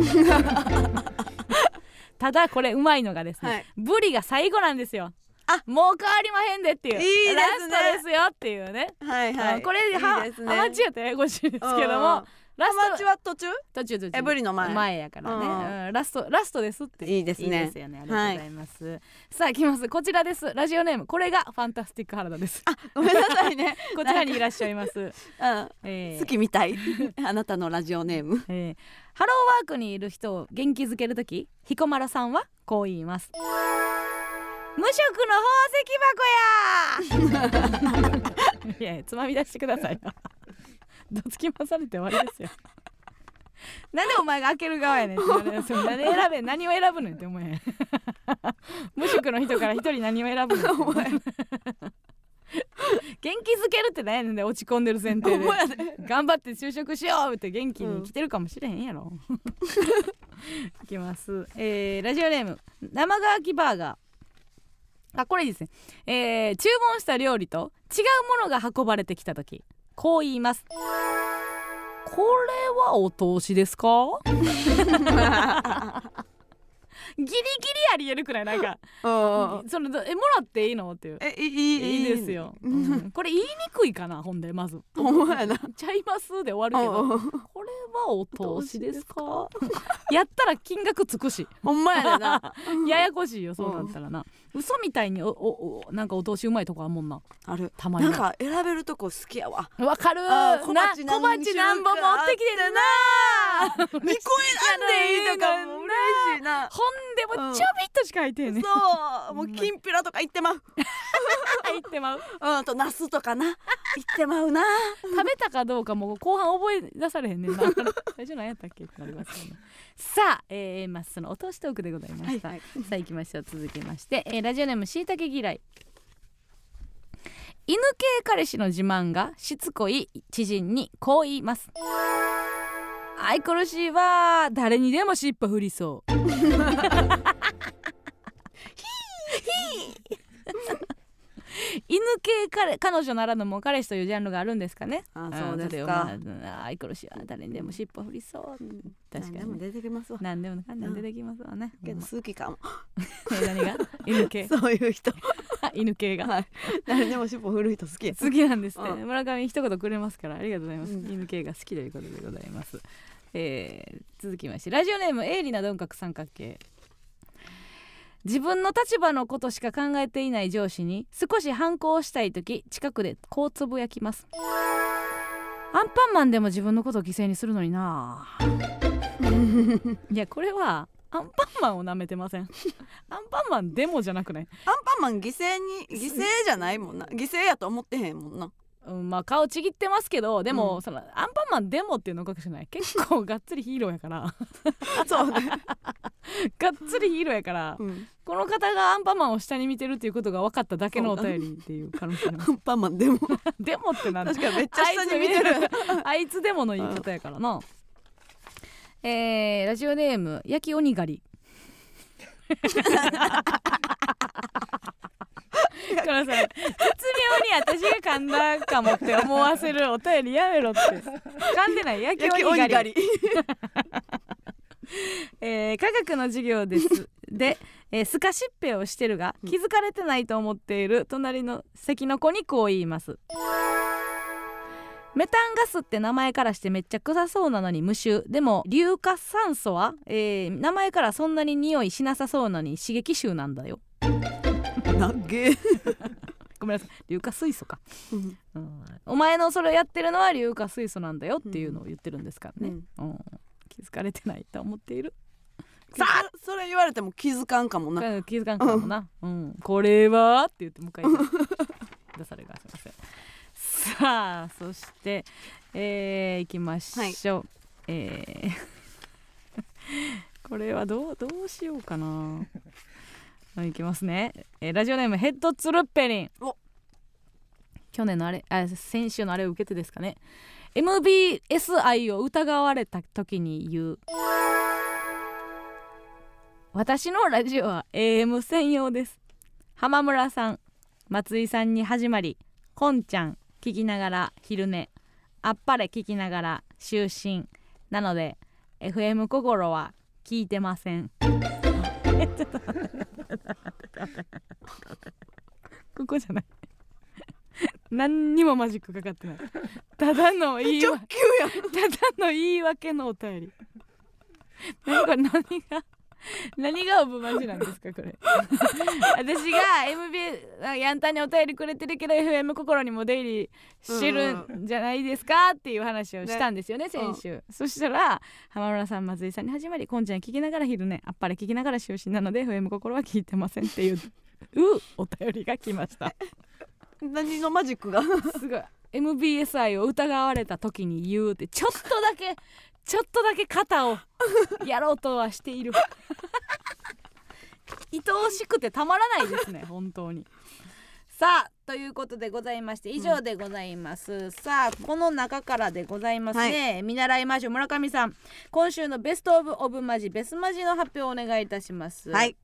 Speaker 2: ただこれうまいのがですね、
Speaker 1: はい
Speaker 2: ブリが最後なんですよ
Speaker 1: あ
Speaker 2: もう変わりまへんでっていう
Speaker 1: いいですね
Speaker 2: ラストですよっていうね、
Speaker 1: はいは
Speaker 2: あ
Speaker 1: い
Speaker 2: これ
Speaker 1: いい
Speaker 2: は
Speaker 1: ですね
Speaker 2: ハマチやったらややこしいですけども
Speaker 1: うんハ
Speaker 2: ラス
Speaker 1: ハマチ
Speaker 2: ト
Speaker 1: は途中
Speaker 2: 途中途中
Speaker 1: えブリの前
Speaker 2: 前やからね、うんラストラストですって
Speaker 1: いいですね
Speaker 2: いいですよねありがとうございます、さあ来ますこちらですラジオネームこれがファンタスティック原田です
Speaker 1: ごめんなさい ね
Speaker 2: こちらにいらっしゃいます、
Speaker 1: うん
Speaker 2: えー
Speaker 1: 好きみ たいあなたのラジオネーム
Speaker 2: えーハローワークにいる人を元気づけるとき彦摩呂さんはこう言います無職の宝石箱や いやいやつまみ出してくださいよどつき回されて終わりですよ なんでお前が開ける側やねんって言われるんですよ何選べ何を選ぶねんって思えへん 無職の人から一人何を選ぶねんって思えへん元気づけるって何やねんで落ち込んでる前提
Speaker 1: ほ
Speaker 2: で
Speaker 1: んまやね
Speaker 2: 頑張って就職しようって元気に生きてるかもしれへんやろ、 いきます、えーラジオネーム生乾きバーガーあこれいいですね、えー注文した料理と違うものが運ばれてきた時こう言いますこれはお通しですかギリギリありえるくらいなんか
Speaker 1: うん
Speaker 2: そのえもらっていいのっていう
Speaker 1: えいい
Speaker 2: いいですよ、うんこれ言いにくいかなほんでまず
Speaker 1: ほんまやな
Speaker 2: ちゃいますで終わるけ
Speaker 1: うん
Speaker 2: どこれはお通しですかやったら金額つくし
Speaker 1: ほんまやでな
Speaker 2: ややこしいよそうなったらな嘘みたいにおおおなんかお通しうまいとこあんもんな
Speaker 1: ある
Speaker 2: たまに
Speaker 1: なんか選べるとこ好きやわ
Speaker 2: わかる
Speaker 1: あ
Speaker 2: な
Speaker 1: ー
Speaker 2: 小
Speaker 1: 小鉢
Speaker 2: 鉢
Speaker 1: 何
Speaker 2: なんぼ持ってきてるな
Speaker 1: 見越えなんでいいとかも嬉しいな
Speaker 2: ほんでもちょびっとしか入ってへんねん
Speaker 1: そうもうきんぴらとか言ってまう
Speaker 2: 入ってまう
Speaker 1: うんあとナスとかな言ってまうな
Speaker 2: 食べたかどうかもう後半覚え出されへんね んな最初何やったっけってなりますよねさあ、えー、まっすのお通しトークでございました、
Speaker 1: はい
Speaker 2: さあ行きましょう続きまして、えーラジオネームしいたけ嫌い犬系彼氏の自慢がしつこい知人にこう言います愛くるしいわ誰にでも尻尾振り そうひーひー犬系彼彼女ならぬも彼氏というジャンルがあるんですかね
Speaker 1: あ
Speaker 2: ん
Speaker 1: そうですか
Speaker 2: れをまあ愛くるしいわ誰にでも尻尾振りそう確か
Speaker 1: でも
Speaker 2: にね
Speaker 1: 出てきますわ
Speaker 2: 何でもかんでも出てきますわね、
Speaker 1: けど
Speaker 2: ほん
Speaker 1: 好きかも
Speaker 2: ま え何が犬系
Speaker 1: そういう人
Speaker 2: 犬系が
Speaker 1: はい誰でも尻尾振る人好きや
Speaker 2: 好きなんですね
Speaker 1: う
Speaker 2: 村上一言くれますからありがとうございます、
Speaker 1: うん
Speaker 2: 犬系が好きということでございます、えー続きましてラジオネーム鋭利な鈍角三角形自分の立場のことしか考えていない上司に少し反抗したい時近くでこうつぶやきますアンパンマンでも自分のことを犠牲にするのにないやこれはアンパンマンを舐めてませんアンパンマンでもじゃなくない
Speaker 1: アンパンマン犠牲に犠牲じゃないもんな犠牲やと思ってへんもんな
Speaker 2: うん、まあ顔ちぎってますけどでも、
Speaker 1: うん
Speaker 2: そのアンパンマンでもっていうのかもし れない結構がっつりヒーローやから
Speaker 1: そうね、
Speaker 2: がっつりヒーローやから
Speaker 1: うん、
Speaker 2: この方がアンパンマンを下に見てるっていうことが分かっただけのお便りっていう可能性あります
Speaker 1: アンパンマンでも
Speaker 2: でもってなんだ
Speaker 1: 確かにめっちゃ下に見てる
Speaker 2: あいつであいつでもの言い方やからなえー、ラジオネーム焼きおにがりこのさ絶妙に私が噛んだかもって思わせるお便りやめろって噛んでない焼き
Speaker 1: 焼き
Speaker 2: お
Speaker 1: お
Speaker 2: に
Speaker 1: に
Speaker 2: が
Speaker 1: が
Speaker 2: り
Speaker 1: り
Speaker 2: えー科学の授業です で、えー、スカシッペをしてるが気づかれてないと思っている隣の席の子にこう言いますメタンガスって名前からしてめっちゃ臭そうなのに無臭でも硫化酸素は、えー名前からそんなに匂いしなさそうなのに刺激臭なんだよ
Speaker 1: なげー
Speaker 2: ごめんなさい硫化水素か、うんお前のそれやってるのは硫化水素なんだよっていうのを言ってるんですからね、うん気づかれてないと思っている
Speaker 1: さあそれ言われても気づかんかもな
Speaker 2: 気づかんかもな、うんこれはって言って向かい 出されがすいませんさあそしてえー、いきましょう、えー これはどうどうしようかなはいいきますね、えーラジオネームヘッドツルッペリン
Speaker 1: お
Speaker 2: 去年のあれあ先週のあれを受けてですかね MBSI を疑われた時に言う私のラジオは AM 専用です浜村さん松井さんに始まりこんちゃん聞きながら昼寝あっぱれ聞きながら就寝なので FM 心は聞いてませ んえちょっと待ってここじゃない何にもマジックかかってないただの言い
Speaker 1: 直
Speaker 2: 訳
Speaker 1: 球やん
Speaker 2: ただの言い訳のお便り。なんか何が何がオブマジなんですかこれ。私が MB ヤンタンにお便りくれてるけど FM 心にも出入りしてるんじゃないですかっていう話をしたんですよね先週。そしたら浜村さん松井さんに始まりこんちゃん聞きながら昼寝あっぱれ聞きながら就寝なので FM 心は聞いてませんって いううお便りが来ました。
Speaker 1: 何のマジックが
Speaker 2: すごい MBSI を疑われた時に言うってちょっと だけちょっとだけ肩をやろうとはし ている愛おしくてたまらないですね本当に
Speaker 4: さあということでございまして以上でございます、さあこの中からでございますね、見習い魔女村上さん今週のベストオブオブマジベスマジの発表をお願いいたします
Speaker 1: はい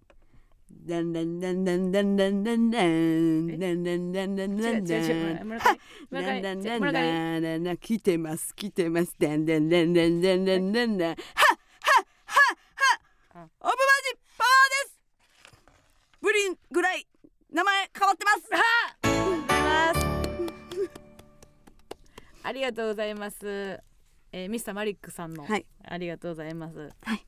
Speaker 1: ダンダンダンダンダンダンダンダンダンダンダンダン
Speaker 4: 違う
Speaker 1: ダ
Speaker 4: 違う
Speaker 1: ン
Speaker 4: 違う
Speaker 1: ダン
Speaker 4: 村上
Speaker 1: ダ
Speaker 4: 村
Speaker 1: ンダンダ
Speaker 4: 上村
Speaker 1: ン
Speaker 4: 上
Speaker 1: ダンダンダン来てます来てますダンダンダンダンダンダンダンダンはっはっはっはオブマジパワーですブリンぐらい名前変わってます
Speaker 4: ありがとうございます、えー、ミスターマリックさんの、
Speaker 1: はい
Speaker 4: ありがとうございます
Speaker 1: はい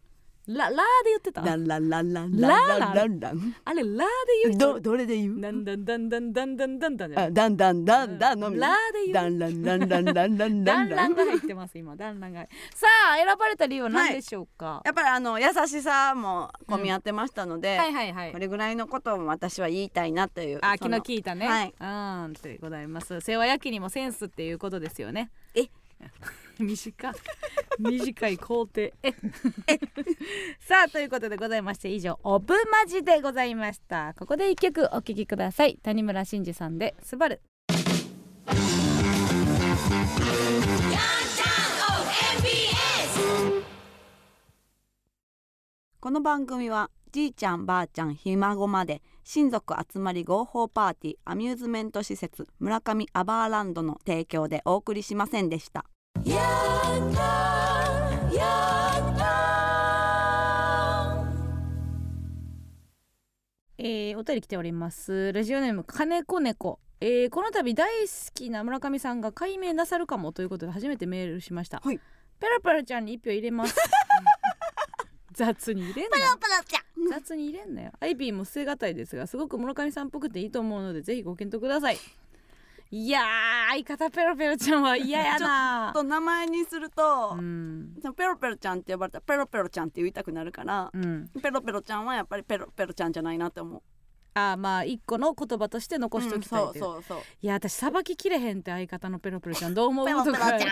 Speaker 4: ララーで言ってた
Speaker 1: ランランランラン
Speaker 2: ラ
Speaker 1: ラン
Speaker 2: ラ
Speaker 1: ランランラン
Speaker 4: あれラーで言う人
Speaker 1: どどれで言う
Speaker 4: だんだんだんだんだんだんだんだんじゃない
Speaker 1: あだんだんだんだんのみ
Speaker 4: ラーで言う
Speaker 1: だんだんだんだんだんだんだ
Speaker 4: 団
Speaker 1: ん
Speaker 4: らんが入ってます今団らんがさあ選ばれた理由は何でしょうか、
Speaker 1: やっぱりあの優しさも込み合ってましたので、
Speaker 4: はい、はいはい
Speaker 1: これぐらいのことを私は言いたいなという
Speaker 4: あ
Speaker 1: そ
Speaker 4: 気の利いたね、
Speaker 1: はい
Speaker 4: うんというございます世話焼きにもセンスっていうことですよね
Speaker 1: え
Speaker 4: 短い短い工程え さあということでございまして以上オブマジでございましたここで一曲お聴きください谷村新司さんでスバル
Speaker 1: この番組はじいちゃんばあちゃんひ孫まで親族集まり合法パーティーアミューズメント施設村上アバーランドの提供でお送りしませんでした
Speaker 4: えー、お便り来ておりますラジオネーム金子猫えー、この度大好きな村上さんが解明なさるかもということで初めてメールしました、
Speaker 1: はい
Speaker 4: ペラペラちゃんに一票入れます 雑に入れんな雑に入れんなよアイビーも捨てがたいですがすごく村上さんっぽくていいと思うのでぜひご検討くださいいやー相方ペロペロちゃんは嫌やな
Speaker 1: あと名前にすると、
Speaker 4: うん
Speaker 1: そのペロペロちゃんって呼ばれたらペロペロちゃんって言いたくなるから
Speaker 4: う、ん
Speaker 1: ペロペロちゃんはやっぱりペロペロちゃんじゃないなって思う
Speaker 4: あーまあ一個の言葉として残しておきたいという、
Speaker 1: うんそうそうそう
Speaker 4: いや私さばききれへんって相方のペロペロちゃんどう思う
Speaker 1: ペロペ
Speaker 4: と
Speaker 1: ロ
Speaker 4: か
Speaker 1: ちゃん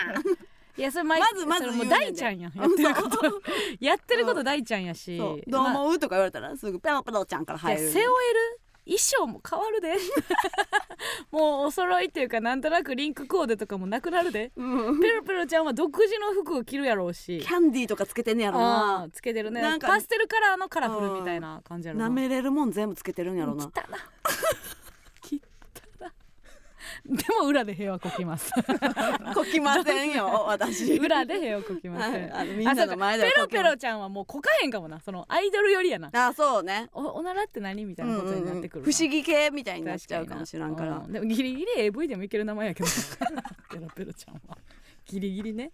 Speaker 4: いやそれ毎
Speaker 1: まずまず
Speaker 4: それもう
Speaker 1: 言うねん
Speaker 4: 大ちゃんやんやってることやってること大ちゃんやし
Speaker 1: そうどう
Speaker 4: まあ
Speaker 1: 思うとか言われたらすぐペロペロちゃんから入
Speaker 4: い
Speaker 1: る
Speaker 4: や背負える衣装も変わるで もうお揃いっていうかなんとなくリンクコーデとかもなくなるで
Speaker 1: うん
Speaker 4: ペロペロちゃんは独自の服を着るやろうし
Speaker 1: キャンディーとかつけてんねやろ
Speaker 4: あ
Speaker 1: な
Speaker 4: ーつけてるね
Speaker 1: なんか
Speaker 4: パステルカラーのカラフルみたいな感じやろ
Speaker 1: 舐
Speaker 4: な
Speaker 1: めれるもん全部つけてるんやろな
Speaker 4: 汚な
Speaker 2: でも裏で平和こきます
Speaker 1: こきませんよ私
Speaker 2: 裏で平和こきま
Speaker 1: は
Speaker 2: せ
Speaker 1: い
Speaker 2: ん
Speaker 1: あのみんなの前では
Speaker 2: ペロ
Speaker 1: こき
Speaker 2: ペ
Speaker 1: ま
Speaker 2: ロちゃんはもうこかへんかもなそのアイドルよりやな
Speaker 1: あそうね
Speaker 2: おおならって何みたいなことにな
Speaker 1: うんう
Speaker 2: ってくる
Speaker 1: ん
Speaker 2: な、
Speaker 1: うん不思議系みたいになっ
Speaker 2: 確
Speaker 1: ちゃうかもしらんから
Speaker 2: になうんでもギリギリ AV でもいける名前やけど ペロペロちゃんはギリギリね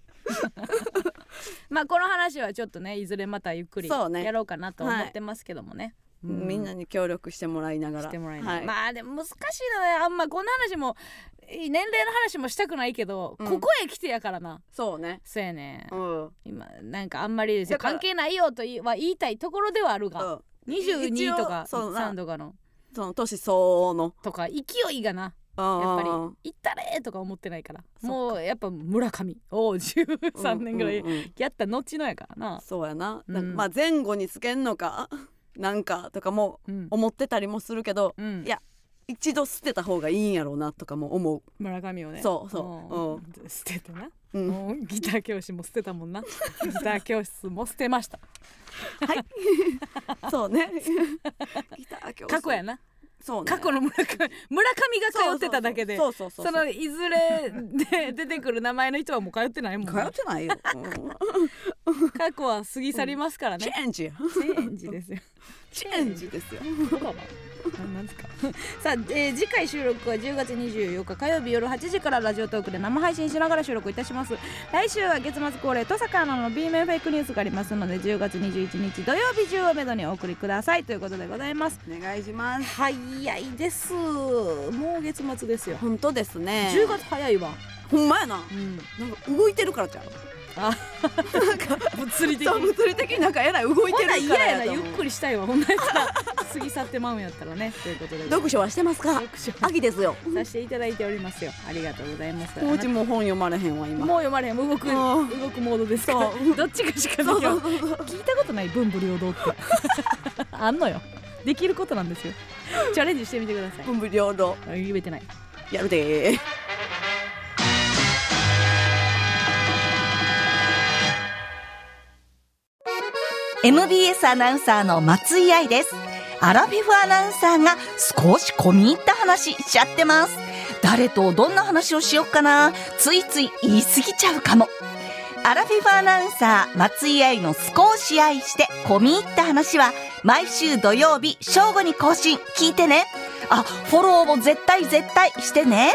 Speaker 2: まあこの話はちょっとねいずれまたゆっくり
Speaker 1: そうね
Speaker 2: やろうかなと思ってますけどもねう
Speaker 1: みんなに協力してもらいながら
Speaker 2: してもらいながら、
Speaker 1: はい
Speaker 2: まあでも難しいのねあんまこんな話も年齢の話もしたくないけど、
Speaker 1: うん
Speaker 2: ここへ来てやからな
Speaker 1: そうね
Speaker 2: そうやね、
Speaker 1: うん、
Speaker 2: 今なんかあんまりですよ
Speaker 1: だから
Speaker 2: 関係ないよと言いは言いたいところではある
Speaker 1: う
Speaker 2: が、
Speaker 1: ん一
Speaker 2: 22
Speaker 1: 応
Speaker 2: とか
Speaker 1: そうな
Speaker 2: 3とかの
Speaker 1: その年相応の
Speaker 2: とか勢いがなやっぱり「行ったれ!」とか思ってないから
Speaker 1: そっか
Speaker 2: もうやっぱ村上を13年ぐらい
Speaker 1: うんうんうん
Speaker 2: やった後のやからな、
Speaker 1: そうやな、
Speaker 2: うん
Speaker 1: だからまあ前後につけんのか なんかとかも
Speaker 2: うん
Speaker 1: 思ってたりもするけど、
Speaker 2: うん
Speaker 1: いや一度捨てた方がいいんやろうなとかも思
Speaker 2: 村上をね
Speaker 1: そうそ
Speaker 2: ん捨ててな、
Speaker 1: う、うん、
Speaker 2: もうギター教師も捨てたもんなギター教室も捨てました
Speaker 1: そうねギター教室
Speaker 2: 過去やな
Speaker 1: そうね
Speaker 2: 過去の村上村上が通ってただけで
Speaker 1: そうそうそう
Speaker 2: そのいずれで出てくる名前の人はもう通ってないもん
Speaker 1: 通っ
Speaker 2: な
Speaker 1: てないよ、 うん
Speaker 2: 過去は過ぎ去りますから
Speaker 1: チ
Speaker 2: ね、
Speaker 1: ェンジ
Speaker 2: チェンジですよ
Speaker 1: チェンジですよ
Speaker 2: なんですか
Speaker 4: さあ、えー次回収録は10月24日火曜日夜8時からラジオトークで生配信しながら収録いたします来週は月末恒例登坂アナの B 面フェイクニュースがありますので10月21日土曜日中をめどにお送りくださいということでございます
Speaker 1: お願いします
Speaker 4: 早いですもう月末ですよ
Speaker 1: 本当ですね
Speaker 4: 10月早いわ、
Speaker 1: ほんまやな
Speaker 4: うん、
Speaker 1: なんか動いてるからちゃう な
Speaker 2: あ
Speaker 1: んか
Speaker 2: 物理的
Speaker 1: そう
Speaker 2: に
Speaker 1: 物理的になんかえらい動い
Speaker 2: ほ
Speaker 1: て
Speaker 2: ん
Speaker 1: るか
Speaker 2: な
Speaker 1: らら
Speaker 2: 嫌やな
Speaker 1: と
Speaker 2: ゆっ
Speaker 1: 思う
Speaker 2: くりしたいわほんなら 過ぎ去ってまうんやったらねということで
Speaker 1: 読書はしてますか
Speaker 2: 読書
Speaker 1: 秋ですよ
Speaker 2: させていただいておりますよありがとうございます
Speaker 1: もううちも本読まれへんわ今
Speaker 2: もう読まれへん動く動
Speaker 1: うん
Speaker 2: くモードですから
Speaker 1: そう
Speaker 2: どっちかしかでき
Speaker 1: そう
Speaker 2: な
Speaker 1: そ
Speaker 2: いう
Speaker 1: そう
Speaker 2: 聞いたことない文武両道って あんのよできることなんですよチャレンジしてみてください
Speaker 1: 文武両道
Speaker 2: あ言えてない
Speaker 1: やるでー
Speaker 8: アラフィフアナウンサーが少し込み入った話しちゃってます。誰とどんな話をしよっかな。ついつい言い過ぎちゃうかも。アラフィフアナウンサー松井愛の少し愛して込み入った話は毎週土曜日正午に更新聞いてね。あ、フォローも絶対絶対してね。